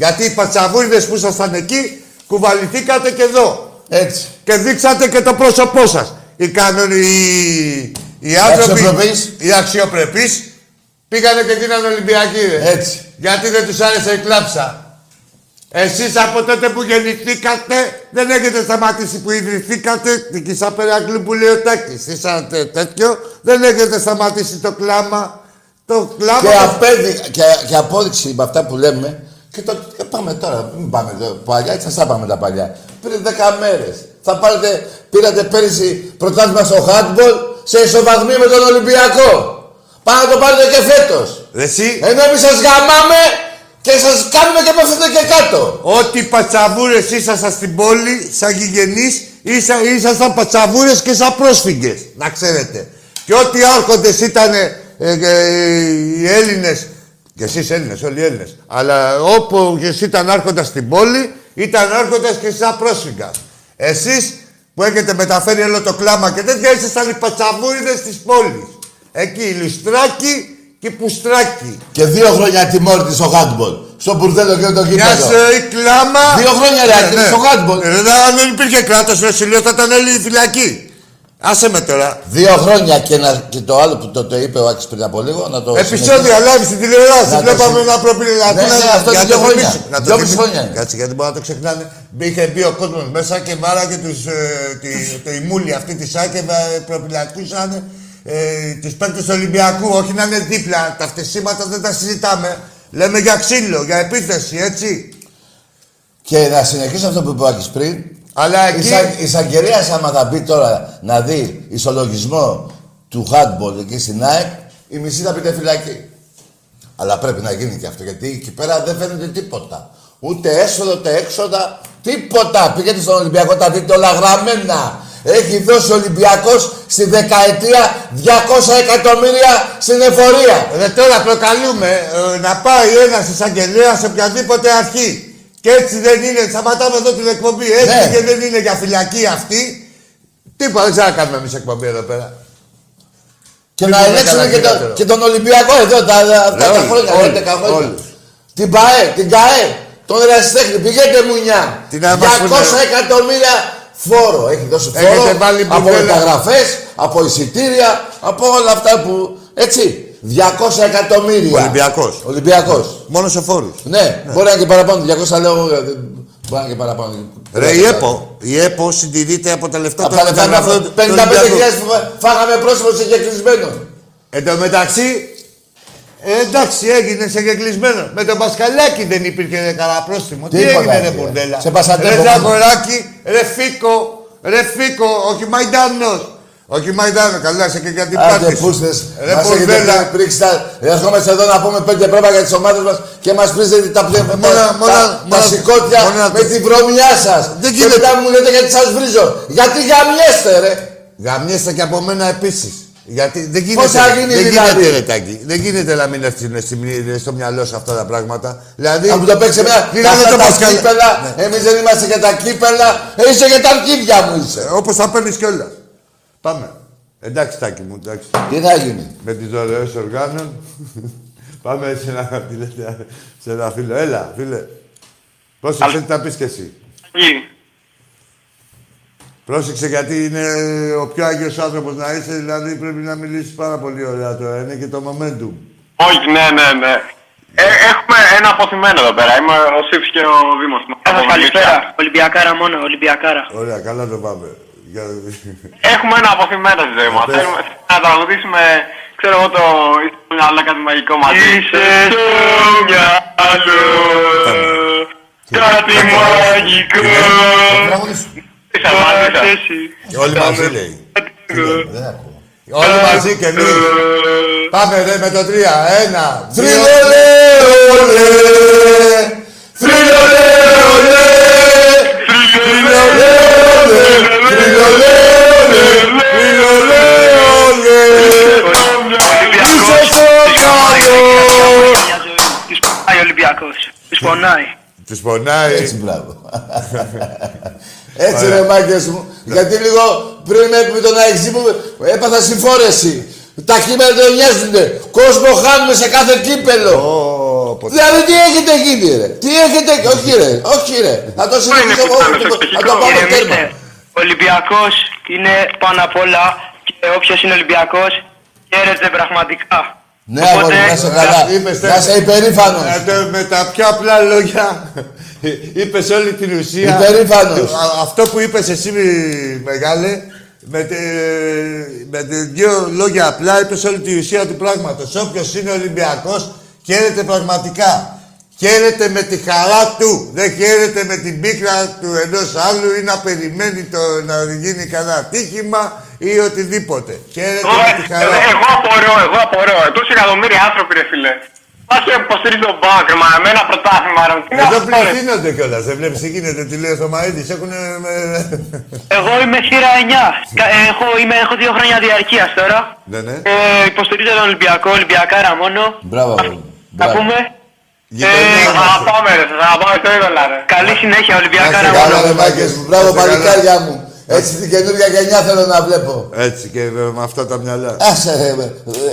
Γιατί οι πατσαβούριδες που ήσασταν εκεί κουβαληθήκατε και εδώ.
Έτσι.
και δείξατε και το πρόσωπό σας. Οι, κανονι... οι... οι άνθρωποι,
αξιοπρεπείς.
οι αξιοπρεπείς, πήγανε και γίνανε Ολυμπιακοί. ρε.
Έτσι.
Γιατί δεν τους άρεσε η κλάψα. Εσείς από τότε που γεννηθήκατε, δεν έχετε σταματήσει που ιδρυθήκατε, την Κισαπερακλού που λέει ο Τάκης, ήσατε τέτοιο, δεν έχετε σταματήσει το κλάμα. Το κλάμα...
Και, απέδει, και, και απόδειξη με αυτά που λέμε. Και το και πάμε τώρα, μην πάμε τώρα. Παλιά, έτσι θα πάμε τα παλιά. Πριν 10 μέρες. Θα πάρετε, πήρατε πέρυσι πρωτάθλημα στο handball σε ισοβαθμή με τον Ολυμπιακό. Πάμε να το πάρετε και φέτος.
Ρε Εσύ,
Ενώ εμείς σας γαμάμε και σας κάνουμε και πέφτετε και κάτω.
Ό,τι πατσαβούρες ήσασταν στην πόλη, σαν γηγενείς, ήσα, ήσασταν πατσαβούρες και σαν πρόσφυγες, να ξέρετε. Και ό,τι άρχοντες ήταν οι Έλληνες, και εσείς Έλληνες, όλοι οι Έλληνες, αλλά όπου και εσύ ήταν άρχοντας στην πόλη, ήταν άρχοντας και σαν πρόσφυγας. Εσείς που έχετε μεταφέρει όλο το κλάμα και τέτοια, ήσασταν οι πατσαβούριδες της πόλης. Εκεί η Λουστράκη και η Πουστράκη.
Και δύο χρόνια τιμώρητη στο handball. Στο μπουρδέλο και το
Μια
γήπεδο.
σε η κλάμα.
Δύο χρόνια ρε, Άκη, στο handball.
Ε, Ρε, αν δεν υπήρχε κράτος, ρε Σιλίο, θα ήταν όλοι φυλακή. Άσε με τώρα.
Δύο χρόνια και, ένα, και το άλλο που το, το είπε ο Άκης πριν από λίγο να το συνεχίσουμε.
Επισόδια live στην τηλεόραση.
Να το
Βλέπαμε
συ-
ένα προπηλατή.
Ναι, ναι, αυτό είναι δύο χρόνια.
Να το
Δυόμιση
θυμίσω.
χρόνια.
Κάτσε γιατί μπορεί να το ξεχνάνε. Είχε μπει ο κόσμος μέσα και μάραγε τους, ε, τη, το ημούλι αυτή της Σάκεβα προπηλατούσαν ε, του παίκτες του Ολυμπιακού. Όχι να είναι δίπλα. Τα φτεσίματα δεν τα συζητάμε. Λέμε για ξύλο, για επίθεση, έτσι.
Και να συνεχίσω αυτό που είπε ο Άκης πριν.
Αλλά εκεί.
Η Σα- Η Σαγκερία, άμα θα μπει τώρα να δει ισολογισμό του handball εκεί στην ΑΕΚ, η μισή θα πείτε φυλακή. Αλλά πρέπει να γίνει και αυτό γιατί εκεί πέρα δεν φαίνεται τίποτα. Ούτε έσοδο, ούτε έξοδα, τίποτα. Πήγαινε στον Ολυμπιακό, τα δείτε όλα γραμμένα. Έχει δώσει ο Ολυμπιακός στη δεκαετία 200 εκατομμύρια στην εφορία.
Ρε τώρα προκαλούμε ε, να πάει ένας εισαγγελέα σε οποιαδήποτε αρχή. Και έτσι δεν είναι, σταματάμε εδώ την εκπομπή. Έτσι
Ναι.
και δεν είναι για φυλακή αυτή. Τίποτα, δεν ξέρω να κάνουμε εμείς εκπομπή εδώ πέρα.
Και
Τι
να
μπορεί να
ελέγξουν
κάνει
και, το-
χειρότερο.
και τον Ολυμπιακό εδώ τα, αυτά τα
όλους,
χρόνια,
όλους,
11 χρόνια.
όλους.
Την ΠαΕ, την ΚΑΕ, τον Ερασιτέχνη, πηγαίνετε μουνιά.
Τι
200
να μας πούνε.
εκατομμύρια φόρο έχει δώσει φόρο
Έχετε βάλει
από
μπουρδέλα.
μεταγραφές, από εισιτήρια, από όλα αυτά που. Έτσι. 200 εκατομμύρια.
Ολυμπιακός.
Ολυμπιακός.
Μόνο σε φόρους.
Ναι, μπορεί να είναι και παραπάνω. 200 λέω. εγώ, δεν- Μπορεί να είναι και παραπάνω.
Ρε η ΕΠΟ. Η ΕΠΟ συντηρείται από τα λεφτά
Από
των
τα λεφτά είναι
μεταγραφών
αυτά,
του
55.000
Ολυμπιακού.
που φάγαμε πρόσωπο συγκεκρισμένο.
Εν τω μεταξύ, ε, εντάξει, έγινε σε κεκλεισμένο. Με τον Πασκαλάκη δεν υπήρχε ρε καλά πρόστιμο. Τι
Τίποτα,
έγινε ρε
κύριε.
μπουρδέλα.
Σε πασαντέπο
Ρε
μόνο.
Ζαγοράκη, ρε Φίκο, Ρε Φίκο, όχι Μαϊντάνος. Όχι Μαϊντάνο, καλά σε και για την
Άντε
πάρτι. σου.
πούστε.
Ρε
Μας έχετε
Πορδέλα.
πρίξει τα. Ερχόμαστε εδώ να πούμε πέντε πράγματα για τις ομάδες μας και μας πρίζετε τα πλέον.
Μόνα-
τα-
μόνα-
τα- Τα
μόνα-
σηκώτια
μόνα-
με τη βρωμιά σας. Δεν Και
γίνεται.
μετά μου λέτε γιατί σας βρίζω. Γιατί γαμιέστε, ρε.
Γαμιέστε και από μένα επίσης. Γιατί δεν γίνεται.
Πώς θα γίνει
δεν
δηλαδή?
γίνεται, ρε Τάκη. Δεν γίνεται να μην έρθει ε, στο μυαλό σου αυτά τα πράγματα. Δηλαδή.
Να μου το παίξει εμένα.
Κλείνανε
Αυτά
το
τα
Πασκάλ.
κύπελα. Εμείς δεν είμαστε για τα κύπελα. Ε, Είσαι για τα αρχίδια μου είσαι.
Όπως θα παίρνεις κιόλας. Πάμε. Εντάξει, Τάκη μου, εντάξει.
Τι θα γίνει.
με τις δωρεές οργάνων. Πάμε σε ένα, τι λέτε, σε ένα φίλο. Έλα, φίλε. Πρόσεξε τι θα πεις κι εσύ. Πρόσεξε γιατί είναι ο πιο άγιος άνθρωπος να είσαι, δηλαδή πρέπει να μιλήσεις πάρα πολύ ωραία τώρα. Είναι και το momentum.
Όχι, ναι, ναι, ναι. Ε, έχουμε ένα αποθυμένο εδώ πέρα. Είμαι ο Σίφ και ο Δήμος.
Σας καλησπέρα. Ολυμπιακάρα μόνο, Ολυμπιακάρα.
Ωραία, καλά το πάμε. Για...
Έχουμε ένα αποθυμένο στη ζωή μας. Θέλουμε θέλουμε να τραγουδήσουμε, ξέρω εγώ, το είσαι στο μυαλό κάτι μαγικό μαζί. Είσαι στο μυαλό κάτι μαγικό. Είσαι
Όλοι μαζί λέει.
Δεν ακούω.
Όλοι μαζί και εμείς. Πάμε ρε με το τρία. Ένα, δύο.
Θρυλολέ, ολέ. Θρυλολέ, ολέ. Θρυλολέ, ολέ. Θρυλολέ, ολέ. Θρυλολέ,
ε.
ολέ. Είσαι στο καλό.
Της πονάει ο Ολυμπιακός. Της πονάει.
Τους πονάει.
Έτσι, μπράβο. Έτσι, ρε μάγκες μου. Γιατί λίγο πριν με τον Αεξή μου έπαθα συμφόρεση. Τα κύπελα δεν νοιάζουνε. Κόσμο χάνουμε σε κάθε κύπελο.
Ω, ποτέ.
Δηλαδή τι έχετε γίνει ρε, τι έχετε, όχι ρε, όχι ρε, θα το συνεχίσω εγώ, θα το- θα το πάμε τέρμα.
Ηρεμήστε. Ο Ναι, Ολυμπιακός είναι πάνω απ' όλα και όποιος είναι Ολυμπιακός χαίρεται πραγματικά.
Ναι, αγόρι, μου, να σε καλά,
Είμαι στέρμα.
να σε υπερήφανος.
Ε, το- με τα πιο απλά λόγια είπες όλη την ουσία.
Υπερήφανος.
Α- Αυτό που είπες εσύ, μεγάλε, με, τε, με τε- δύο λόγια απλά είπες όλη την ουσία του πράγματος. Όποιος είναι Ολυμπιακός χαίρεται πραγματικά. Χαίρεται με τη χαρά του. Δεν χαίρεται με την πίκρα του ενός άλλου ή να περιμένει το, να γίνει κανένα τύχημα ή οτιδήποτε. Χαίρεται με τη χαρά του.
Εγώ απορώ, εγώ απορώ. Τόσοι εκατομμύρια άνθρωποι, ρε φίλε. Πάση να υποστηρίζει τον μπάγκ, μα με ένα πρωτάθλημα, ρε. Τι είναι
Εδώ
αυτό, ρε.
πληθύνονται κιόλας. Δεν βλέπεις τι γίνεται, τι λέει ο Θωμαίδης. Έχουν.
Εγώ είμαι χείρα 9. Κα- ε, Έχω, είμαι, έχω δύο χρόνια διαρκείας τώρα.
Ναι, ναι.
Ε, υποστηρίζω τον Ολυμπιακό, Ολυμπιακάρα μόνο.
Μπράβο, αγόρι μου.
Θα
Μπράβο. ναι,
πούμε.
Ε,
Γειτονιά
θα
μας.
πάμε, ρε. Θα πάμε στο είδωλα, ρε.
Καλή συνέχεια, Ολυμπιακάρα
Να σε
μόνο.
Καλά ρε
Μπράβο,
μάγκες μου, μπράβο
να σε καλά.
παλικάρια μου. Έτσι την καινούργια γενιά θέλω να βλέπω.
Έτσι και ε, με αυτά τα μυαλά.
Άσε ρε, ε,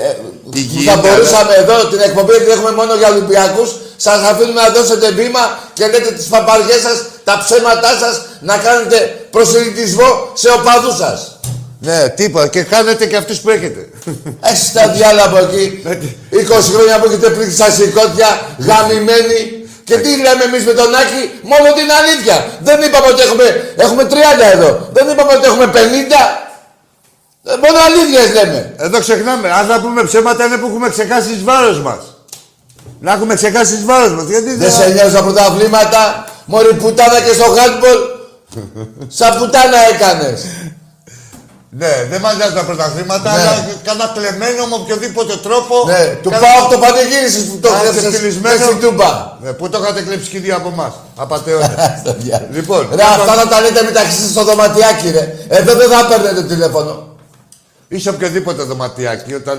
ε, που
γυναίκα,
θα μπορούσαμε εδώ την εκπομπή που έχουμε μόνο για Ολυμπιακούς σας αφήνουμε να δώσετε βήμα και λέτε τις παπαριές σας, τα ψέματά σας να κάνετε προσελητισμό σε οπαδούς σας.
Ναι, τίποτα. Και χάνετε και αυτούς που έχετε.
Έχεις τα διάλα από εκεί, 20 χρόνια που έχετε πλήξει στα σηκώτια, γαμημένοι. Και τι λέμε εμείς με τον Άκη, μόνο την αλήθεια. Δεν είπαμε ότι έχουμε, έχουμε 30 εδώ, δεν είπαμε ότι έχουμε 50. Ε, Μόνο αλήθειες λέμε.
Εδώ ξεχνάμε. Αν θα πούμε ψέματα είναι που έχουμε ξεχάσει εις βάρος μας. Να έχουμε ξεχάσει εις βάρος μας. Γιατί
Δεν σε νοιάζουν τα πρωταβλήματα, μωρή πουτάνα και στο χάντμπολ. Σαν πουτάνα έκανες.
Ναι, δεν μας νοιάζουν τα πρωταθλήματα,
Ναι.
αλλά κάνα κλεμμένο με οποιοδήποτε τρόπο.
ναι, του
κάνα-
πάω το πανηγύρισες που το
Άντε,
χτέψες
στυλισμένο.
μες στην τούμπα.
Ναι, πού το είχατε κλέψει και δύο από εμάς. Απατεώνες.
Στο διάλογο.
Λοιπόν,
Ρε,
λοιπόν.
αυτά να τα λέτε μεταξύ σας στο δωματιάκι, ρε. Εδώ δεν θα παίρνετε τηλέφωνο.
Είσαι οποιοδήποτε δωματιάκι όταν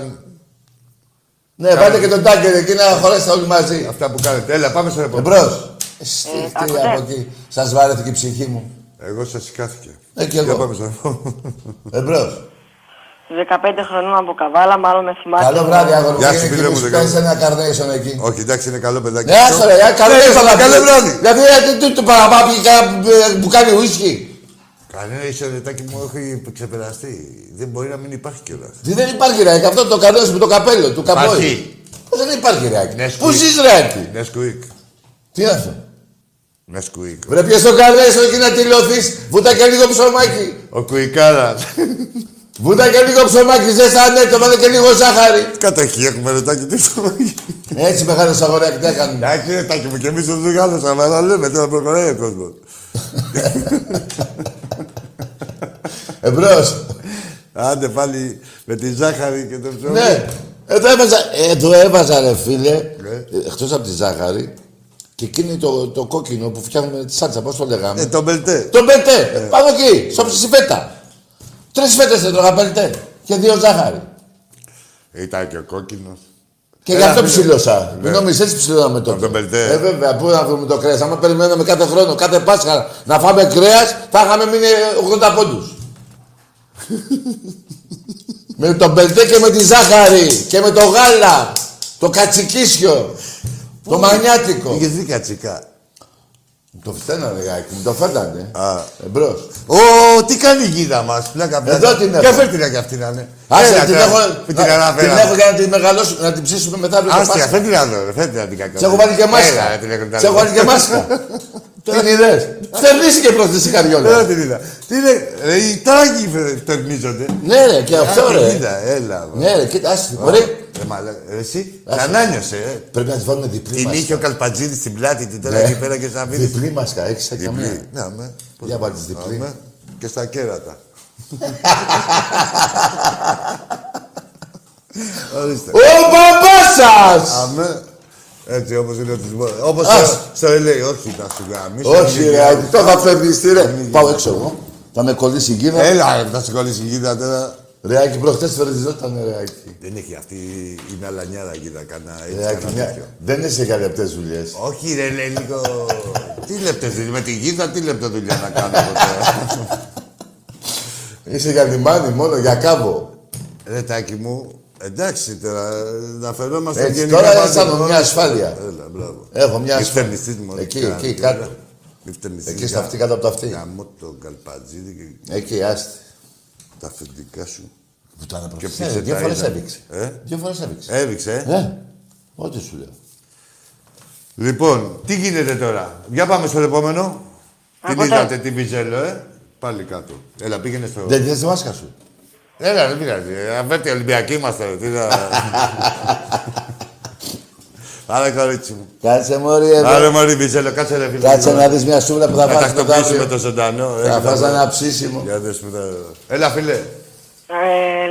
Ναι, πάτε και τον τάκερ εκεί να χωρέσετε όλοι μαζί.
αυτά που κάνετε. Έλα, πάμε στο επόμενο.
Εμπρός. Εστι- Τι από εκεί. Σας βαρέθηκε η ψυχή μου.
Εγώ σας σηκάθηκε.
Ε, κι
Για
εγώ.
πάμε στο επόμενο.
Εμπρός.
15 χρονών από καβάλα, μάλλον με θυμάστε.
Καλό βράδυ, αγόρι μου.
Γεια σου,
Είναι
φίλε
εκεί
μου,
που
δεν
σου κάνεις
κάνω.
ένα καρνέισον εκεί.
Όχι, εντάξει, είναι καλό παιδάκι.
Ναι, άστο ρε, ε, καλό
Ναι,
βράδυ,
είπαμε,
καλά
καλό
βράδυ.
βράδυ.
Δηλαδή, ε, τι- τι το παραπάπη που κάνει ουίσκι.
Κανένα ισοδετάκι μου έχει ξεπεραστεί. Δεν μπορεί να μην υπάρχει κιόλας.
Τι δεν υπάρχει ρεάκι, αυτό το κανένα με το καπέλο του καπόη. Πώς δεν υπάρχει ρεάκι.
Ναι,
Πού
σκουί.
ζεις ρεάκι.
Νεσκουίκ.
Τι είναι αυτό.
Νεσκουίκ.
Βρε πιες το κανένα εκεί να τυλωθείς, βούτα και λίγο ψωμάκι.
Ο Κουικάρα.
Βούτα και λίγο ψωμάκι, ζεστανέ, το βάλε και λίγο ζάχαρη.
Καταρχήν έχουμε ρετάκι τι στο
Έτσι μεγάλο αγοράκι, τι έκανες.
Εντάξει, ρετάκι μου και εμείς το δουλειάδε. Αλλά λέμε τώρα προχωράει ο κόσμος. Ναι.
Ε, Εμπρός.
Άντε πάλι με τη ζάχαρη και το ψωμί.
Ναι. Ε, το έβαζα, ε, το έβαζα ρε φίλε,
Ναι.
εκτός από τη ζάχαρη, και εκείνη το, το κόκκινο που φτιάχνουμε τη σάλτσα, πώς το λέγαμε.
Ε, το μπελτέ.
Το μπελτέ, πάνω εκεί, στο ψησιφέτα. Τρει φέτε δεν τρώγα μπελτέ και δύο ζάχαρη.
Ήταν και ο κόκκινος.
Και
Έλα,
γι' αυτό
φίλε.
ψηλώσα.
Ναι.
Μην νομίζεις έτσι ψηλώναμε τότε.
Από το μπελτέ.
Ε, βέβαια, πού να βρούμε το κρέας. Άμα περιμέναμε κάθε χρόνο, κάθε Πάσχα να φάμε κρέας, θα είχαμε μείνει 80 πόντους. με το μπελτέ και με τη ζάχαρη και με το γάλα. Το κατσικίσιο. το μανιάτικο.
Είχε δει κατσικά.
Το φταίνανε λιγάκι, μου το φέτανε.
Α.
Εμπρός.
Ω, τι κάνει η γίδα μας, πλάκα πλάκα.
Εδώ την έχω.
Για φέρτε την και αυτή να είναι.
Άσε,
Έλα,
την
τώρα,
έχω,
Που την
να- την έχω
αναφέραμε.
για να την μεγαλώσουμε, να την ψήσουμε μετά από το
Άστια,
Πάσχα.
φέρτε την άλλο, φέρτε να την κακό.
Σε έχω βάλει και
Έλα,
μάσκα.
ρε, την έχω την
Σε έχω
άλλη.
βάλει και μάσκα. Την είδες. Φτερνίζει και προς τη
Έλα
σιγαριόλα.
την είδα. Τι είναι, ρε, οι τάγκοι φε- φτερνίζονται.
Ναι ρε, και αυτό
Α, την
ρε.
ε, είδα, Ε. Έλα. βα.
Ναι ρε, κοίτα, άσε. Μπορεί.
Ρε, μαλα- ρε, Εσύ,
Άσε.
κανάνιωσε, ε.
Πρέπει να τη βάλουμε διπλή
Την είχε
μάσκα.
ο Καλπατζίδης στην πλάτη, την τώρα
Ναι.
εκεί πέρα και στα βίδη.
Διπλή μάσκα, έχεις σαν καμία.
Ναι, αμέ. Πώς
Για
το
βάλεις
λες,
διπλή.
αμέ. Και στα κέρατα. Ορίστε.
Ο μπαμπάς σας!
Αμέ. Έτσι όπως είναι ο τισμός. Όπως
Ας.
στο- στο LA. Όχι να σου γάμεις.
Όχι ρε,
μην-
το θα φτερνιστεί ρε. Πάω έξω εγώ. Θα με κολλήσει η γύρα.
Έλα, ρε, να σου κολλήσει η γίδα τώρα.
Ρεάκι, προχτές φτερνιζόταν ρεάκι.
Δεν έχει αυτή η μαλανιάρα γίδα κανένα έτσι
Ρεάκι,
κανένα
μια-
τέτοιο.
Δεν είσαι για λεπτές δουλειές.
Όχι ρε, λέει λίγο... τι λεπτές, δουλειές, με τη γίδα τι λεπτό δουλειά να κάνω εγώ τώρα.
Είσαι για λιμάνι μόνο, για κάμπο.
Ρε τάκι μου, εντάξει τώρα, ε, να φαινόμαστε
Έτσι,
γενικά
τώρα
πάντα.
αισθάνομαι μια ασφάλεια.
Έλα, μπράβο.
Έχω μια
Μη
ασφάλεια.
φτερνιστείς μόνο.
Εκεί,
Καλά,
εκεί,
τώρα.
κάτω.
Μη φτερνιστείς.
Εκεί στα αυτή, κάτω από τα αυτή.
Γαμώ το καλπατζίδι και
Εκεί, άστη.
τα αφεντικά σου.
Που ήταν προχθές.
ποιος
Ε, Δύο
τα
φορές
είδε.
έβηξε.
Ε?
Δύο φορές έβηξε.
Έβηξε, ε.
Ε, ό,τι σου λέω.
Λοιπόν, τι γίνεται τώρα. Για πάμε στο επόμενο. Την
Ακούτε.
είδατε την Βιζέλο, ε. Πάλι κάτω. Έλα, πήγαινε στο...
Δεν θες τη μάσκα σου.
Έλα, δεν πειράζει. Ε, Αβέρτη Ολυμπιακοί είμαστε. ρε, Τι θα... Άρα, κορίτσι μου.
Κάτσε μωρή εδώ.
Άρα, Μωρή Βιζέλο, κάτσε ρε φίλε.
Ε, Κάτσε να δεις μια σούβλα που θα
Θα
βάζεις το
τακτοποιήσουμε
τάβλιο.
το ζωντανό.
Θα
Έλα,
φας
θα-
ένα ψήσιμο.
Για δες που τα- Έλα, φίλε.
Ε,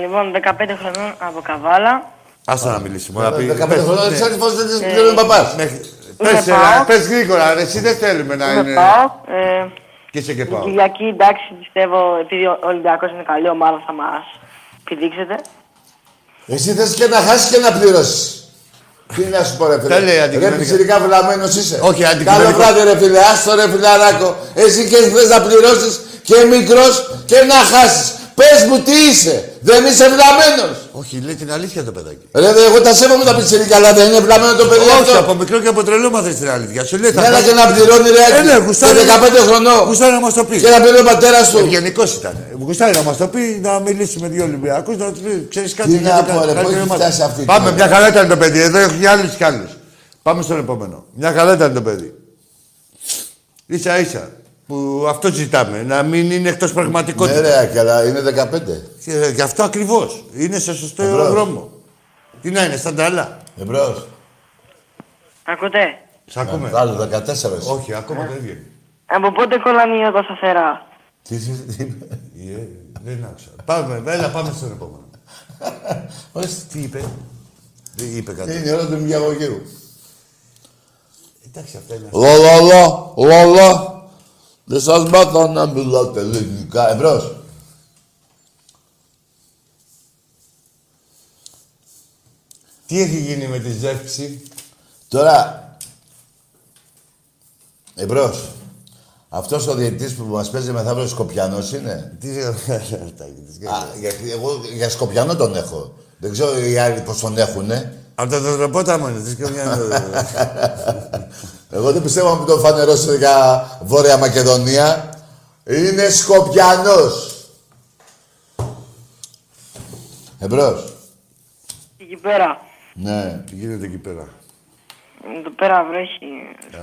λοιπόν, 15 χρονών από Καβάλα.
Άστα να μιλήσουμε. Να πει.
15
πες,
Ε, χρόνια,
ναι.
τις άλλες φορές δεν τις πληρώνει ο παπάς.
Μέχρι- Πες,
Ε, πάω.
έλα, πες γρήγορα, ρε, εσύ δεν θέλουμε να
Είμαι
είναι...
πάω. Ε,
Και είσαι και
την
πάω.
Κυριακή, εντάξει, πιστεύω, επειδή ο Ολυμπιακός είναι καλή ομάδα, θα μας πηδήξετε.
Εσύ θες και να χάσεις και να πληρώσεις. Τι να σου πω ρε
Τα λέει
φίλε. Ρε
αντικειμενικά.
πιτσιρικά βλαμμένος είσαι.
Όχι,
Καλό
αντικειμενικό.
βράδυ ρε φίλε. Άστο ρε φιλαράκο. Εσύ και θες να πληρώσεις και μικρός και να χάσεις. Πες μου τι είσαι. Δεν είσαι βλαμμένος.
Όχι, λέει την αλήθεια το παιδάκι.
Ρε, δε, εγώ τα σέβομαι τα πιτσιρικά, αλλά δεν είναι βλαμμένο το παιδί
Όχι,
αυτό.
από μικρό και από τρελό μάθες την αλήθεια. Σου λέει θα
Έλα
πας-
και να πληρώνει ρε Άκη.
Έλα,
Και
γουστάρει.
15 χρονών.
Γουστάρει να μας το πει.
Και να πληρώνει ο πατέρας του.
Ευγενικός Ε, ήταν. Γουστάρει να μας το πει, να μιλήσει με δύο Ολυμπιακούς, να του πει, ξέρεις κάτι.
Τι
γίνεται,
να
κάτι-
πω, ρε,
κάτι
πώς
δεν
έχει
μάθαμε.
φτάσει αυτή η
Πάμε,
τάξη.
μια χαρά ήταν το παιδί. Εδώ έχει και άλλους κι άλλους. Πάμε στον επόμενο. Μια χαρά ήταν το παιδί. Ίσα ίσα. Που αυτό ζητάμε, να μην είναι εκτός
Ναι
πραγματικότητας.
ρε Άκη, αλλά είναι 15.
Ε, Γι' αυτό ακριβώς. Είναι σε σωστό
Ναι, Εμπρός.
δρόμο. Τι να είναι, σαν τα άλλα.
Εμπρός.
Ακούτε.
Σ' ακούμε.
Άλλο 14 εσύ.
Όχι, ακόμα δεν βγαίνει.
Από πότε κολλάνε οι οδοσταθερά.
Τι τι είναι.
Ε, Δεν άκουσα. Πάμε, έλα, πάμε στον επόμενο.
Όχι.
Τι είπε. Δεν είπε κάτι.
Είναι η ώρα του διαγωγείου.
Εντάξει, αυτά είναι.
Λολολο, λολο. Δεν σας μάθα να μιλάτε ελληνικά. Εμπρός.
Τι έχει γίνει με τη ζεύξη.
Τώρα, εμπρός. Αυτός ο διαιτητής που μας παίζει μεθαύριο Σκοπιανός είναι.
Τι
Α, γιατί εγώ για Σκοπιανό τον έχω. Δεν ξέρω οι άλλοι πώς τον έχουνε.
Από το δροπόταμο είναι, τι σκοπιά
Εγώ δεν πιστεύω να τον φανερώσετε για Βόρεια Μακεδονία. Είναι Σκοπιανός. Εμπρός.
Εκεί πέρα.
Ναι.
Τι γίνεται εκεί πέρα.
Εδώ πέρα βρέχει.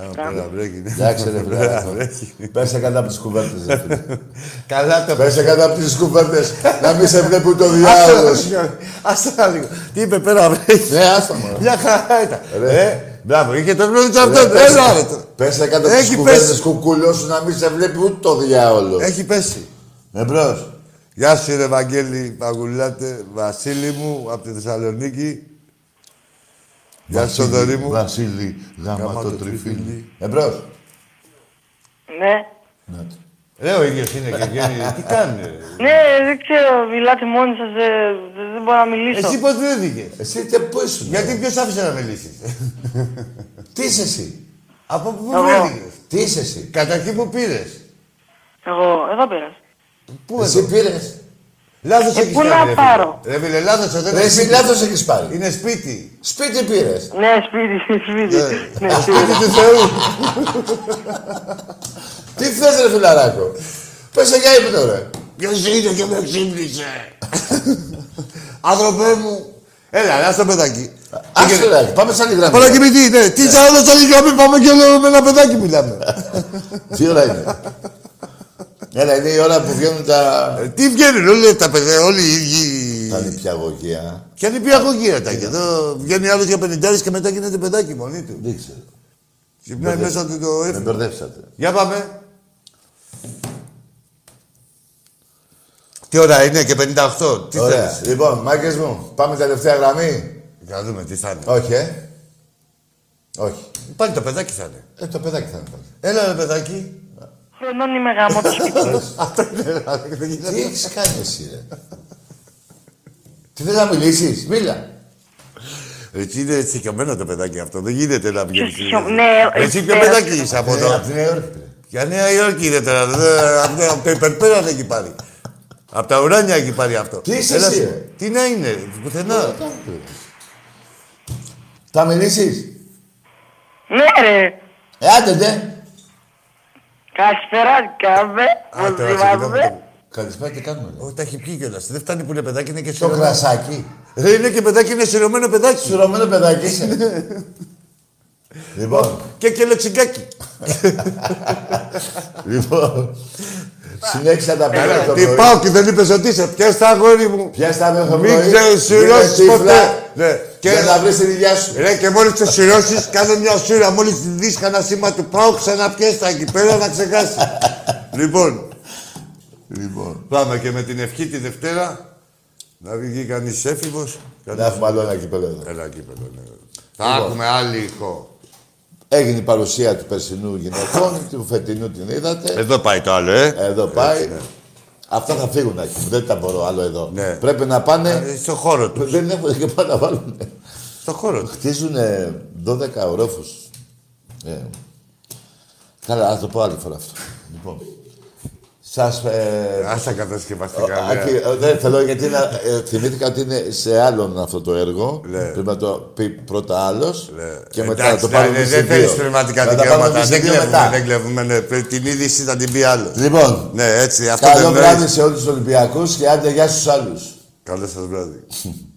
Α,
Πράγμα.
Πέρα βρέχει. ναι.
Εντάξει ρε
Πέρα
φίλε.
βρέχει.
Πέρσε κάτω από τις κουβέρτες. ρε φίλε.
Καλά το
Πέρσε κάτω από τις κουβέρτες. Να μην σε βλέπουν το διάολος.
πέρα. Άστα λίγο. Τι είπε πέρα βρέχει.
Ναι, άστα μου.
Μια χαρά ήταν.
Ρε.
Ε, Μπράβο, είχε το πρόβλημα αυτό. Έλα, ρε, τώρα.
Πέρσε κάτω από τις
Έχει
κουβέρτες
πέσει.
κουκουλό σου να μην σε βλέπει ούτε το διάολο.
Έχει πέσει.
Εμπρός.
Γεια σου, ρε Βαγγέλη Παγουλάτε, Βασίλη μου, από τη Θεσσαλονίκη. Γεια σου,
Βασίλη,
Θοδωρή μου.
Βασίλη, γάμα το τριφύλι. Εμπρός.
Ναι.
Ρε, Ε, ο ίδιος είναι και βγαίνει. Τι κάνει, ρε.
Ναι, δεν ξέρω, μιλάτε μόνοι σας, ε, δεν, δεν μπορώ να μιλήσω.
Εσύ πώς βρέθηκες.
Εσύ και πού ήσουν.
Γιατί ποιος άφησε να μιλήσεις.
Τι είσαι εσύ.
Από πού
Εγώ.
βρέθηκες.
Τι είσαι εσύ.
Καταρχήν που πήρες.
Εγώ, εδώ πήρας.
Πού
Εσύ
εδώ.
πήρες.
Λάθος
Ε,
έχεις
πού
κάνει,
να
ρε φίλε.
πάρω.
Ρε φίλε, λάθος εδώ
Ρε,
είναι
εσύ
σπίτι.
λάθος έχεις πάρει.
Είναι σπίτι.
Σπίτι πήρες.
Ναι, σπίτι, σπίτι.
Ε.
ναι,
Σπίτι
σπίτι.
του Θεού.
Τι θες ρε φιλαράκο. Πες σε για ύπνο ρε.
Ποιος είναι και με ξύπνησε. Άνθρωπέ μου. Έλα, ας το παιδάκι.
Άστο ρε, πάμε σαν τη γραμμή.
Πάμε να κοιμηθεί, ναι. Τι σαν όλο σαν είχαμε, πάμε και λέω, με ένα παιδάκι μιλάμε.
Τι ώρα είναι. Έλα, είναι η ώρα που βγαίνουν τα...
Ε, Τι βγαίνουν όλοι τα παιδιά, όλοι οι ίδιοι.
τα νηπιαγωγεία.
Και αν πει αγωγή τα και εδώ βγαίνει άλλος για πενηντάρις και μετά γίνεται παιδάκι μόνοι του.
Δεν ξέρω.
Ξυπνάει
Μπερδε-
μέσα του το
Με
έφυγε.
μπερδέψατε.
Για πάμε. Τι ώρα είναι και 58. Τι
Ωραία.
θέλεις.
Λοιπόν, μάγκες μου, πάμε τελευταία γραμμή.
Για να δούμε τι θα είναι.
Όχι, ε. Όχι.
Πάλι το παιδάκι θα είναι.
Ε, το παιδάκι θα είναι.
Έλα ρε παιδάκι.
Χρονών είμαι γάμο το σπίτι.
Αυτό είναι. ρε, δεν γίνεται.
Τι έχεις κάνει εσύ, ρε. Τι θες να μιλήσεις, μίλα.
Εσύ είναι σηκωμένο το παιδάκι αυτό. Δεν γίνεται να βγαίνει.
σηκω- ναι,
Εσύ ποιο
ε,
παιδάκι
ε,
είσαι από
Ε,
εδώ.
Απ' τη Νέα Υόρκη, ρε.
Για Νέα Υόρκη είναι τώρα. δε- απ' τα- Από το υπερπέραν έχει πάρει. Από τα ουράνια έχει πάρει αυτό.
Τι είσαι
Έλα
εσύ,
σου.
ρε. Ναι.
Τι να είναι, πουθενά.
Θα μιλήσεις.
ναι, ρε.
Ε, άντε, ντε.
Καλησπέρα, κάμε.
Α,
Πώς
τώρα ξεκινάμε
θυμάμαι.
το-
Καλησπέρα και κάνουμε, ρε.
Ω, Τα έχει πει κιόλας. Δεν φτάνει που είναι παιδάκι, είναι
Το
και
Ναι,
σειρωμένο.
κρασάκι.
Ρε, είναι και παιδάκι, είναι σειρωμένο παιδάκι.
Σουρωμένο παιδάκι είσαι. Λοιπόν,
Και και λεξικάκι.
λοιπόν. Συνέχισα τα παιδιά το
Ε, Τι
πρωί.
πάω και δεν είπες ότι είσαι. Ποια τα αγόρι μου.
Πιάστα με το πρωί.
Μην ξεσυρώσει
γίνε τύφλα,
ποτέ. Ναι. Και
Για να βρεις τη δουλειά σου.
Ρε και μόλις το σειρώσει, κάνε μια σούρα. Μόλις τη δεις κανένα σήμα του πάω, ξαναπιέστα εκεί πέρα να ξεχάσεις. λοιπόν,
Λοιπόν.
πάμε και με την ευχή τη Δευτέρα να βγει κανείς έφηβος.
Να έχουμε άλλο ένα κύπελο εδώ.
Καλά, εκεί πέρα. ναι. Θα έχουμε άλλη ηχό.
Έγινε η παρουσία του περσινού γυναικών, του φετινού την είδατε.
Εδώ πάει το άλλο, ε.
Εδώ πάει. Αυτά θα φύγουν εκεί. Δεν τα μπορώ άλλο εδώ.
Ναι.
Πρέπει να πάνε.
Ε, Στο χώρο τους.
Δεν έχουν και πάνε να βάλουν.
Στο χώρο τους.
Χτίζουν 12 ορόφους. Ε. Καλά, θα το πω άλλη φορά αυτό. λοιπόν. Σας. Ε,
Άστα κατασκευαστικά. ναι.
Άκη, ε, δεν θέλω γιατί να, ε, θυμήθηκα ότι είναι σε άλλον αυτό το έργο.
Ναι.
Πρέπει να το πει πρώτα άλλος και μετά
Εντάξει,
να το πάρουμε
ναι,
εμείς οι
Δεν
δύο.
θέλει πνευματικά
Να τα πάρουμε
δικαιώματα.
εμείς οι
Δεν
δύο
κλέβουμε.
μετά.
Δεν κλέβουμε. ναι. Την είδηση θα την πει άλλος.
Λοιπόν,
Ναι, έτσι. Αυτό
καλό
δεν
βράδυ
βράδυ.
σε όλους τους Ολυμπιακούς και άντε γεια στους άλλους.
Καλό σας βράδυ.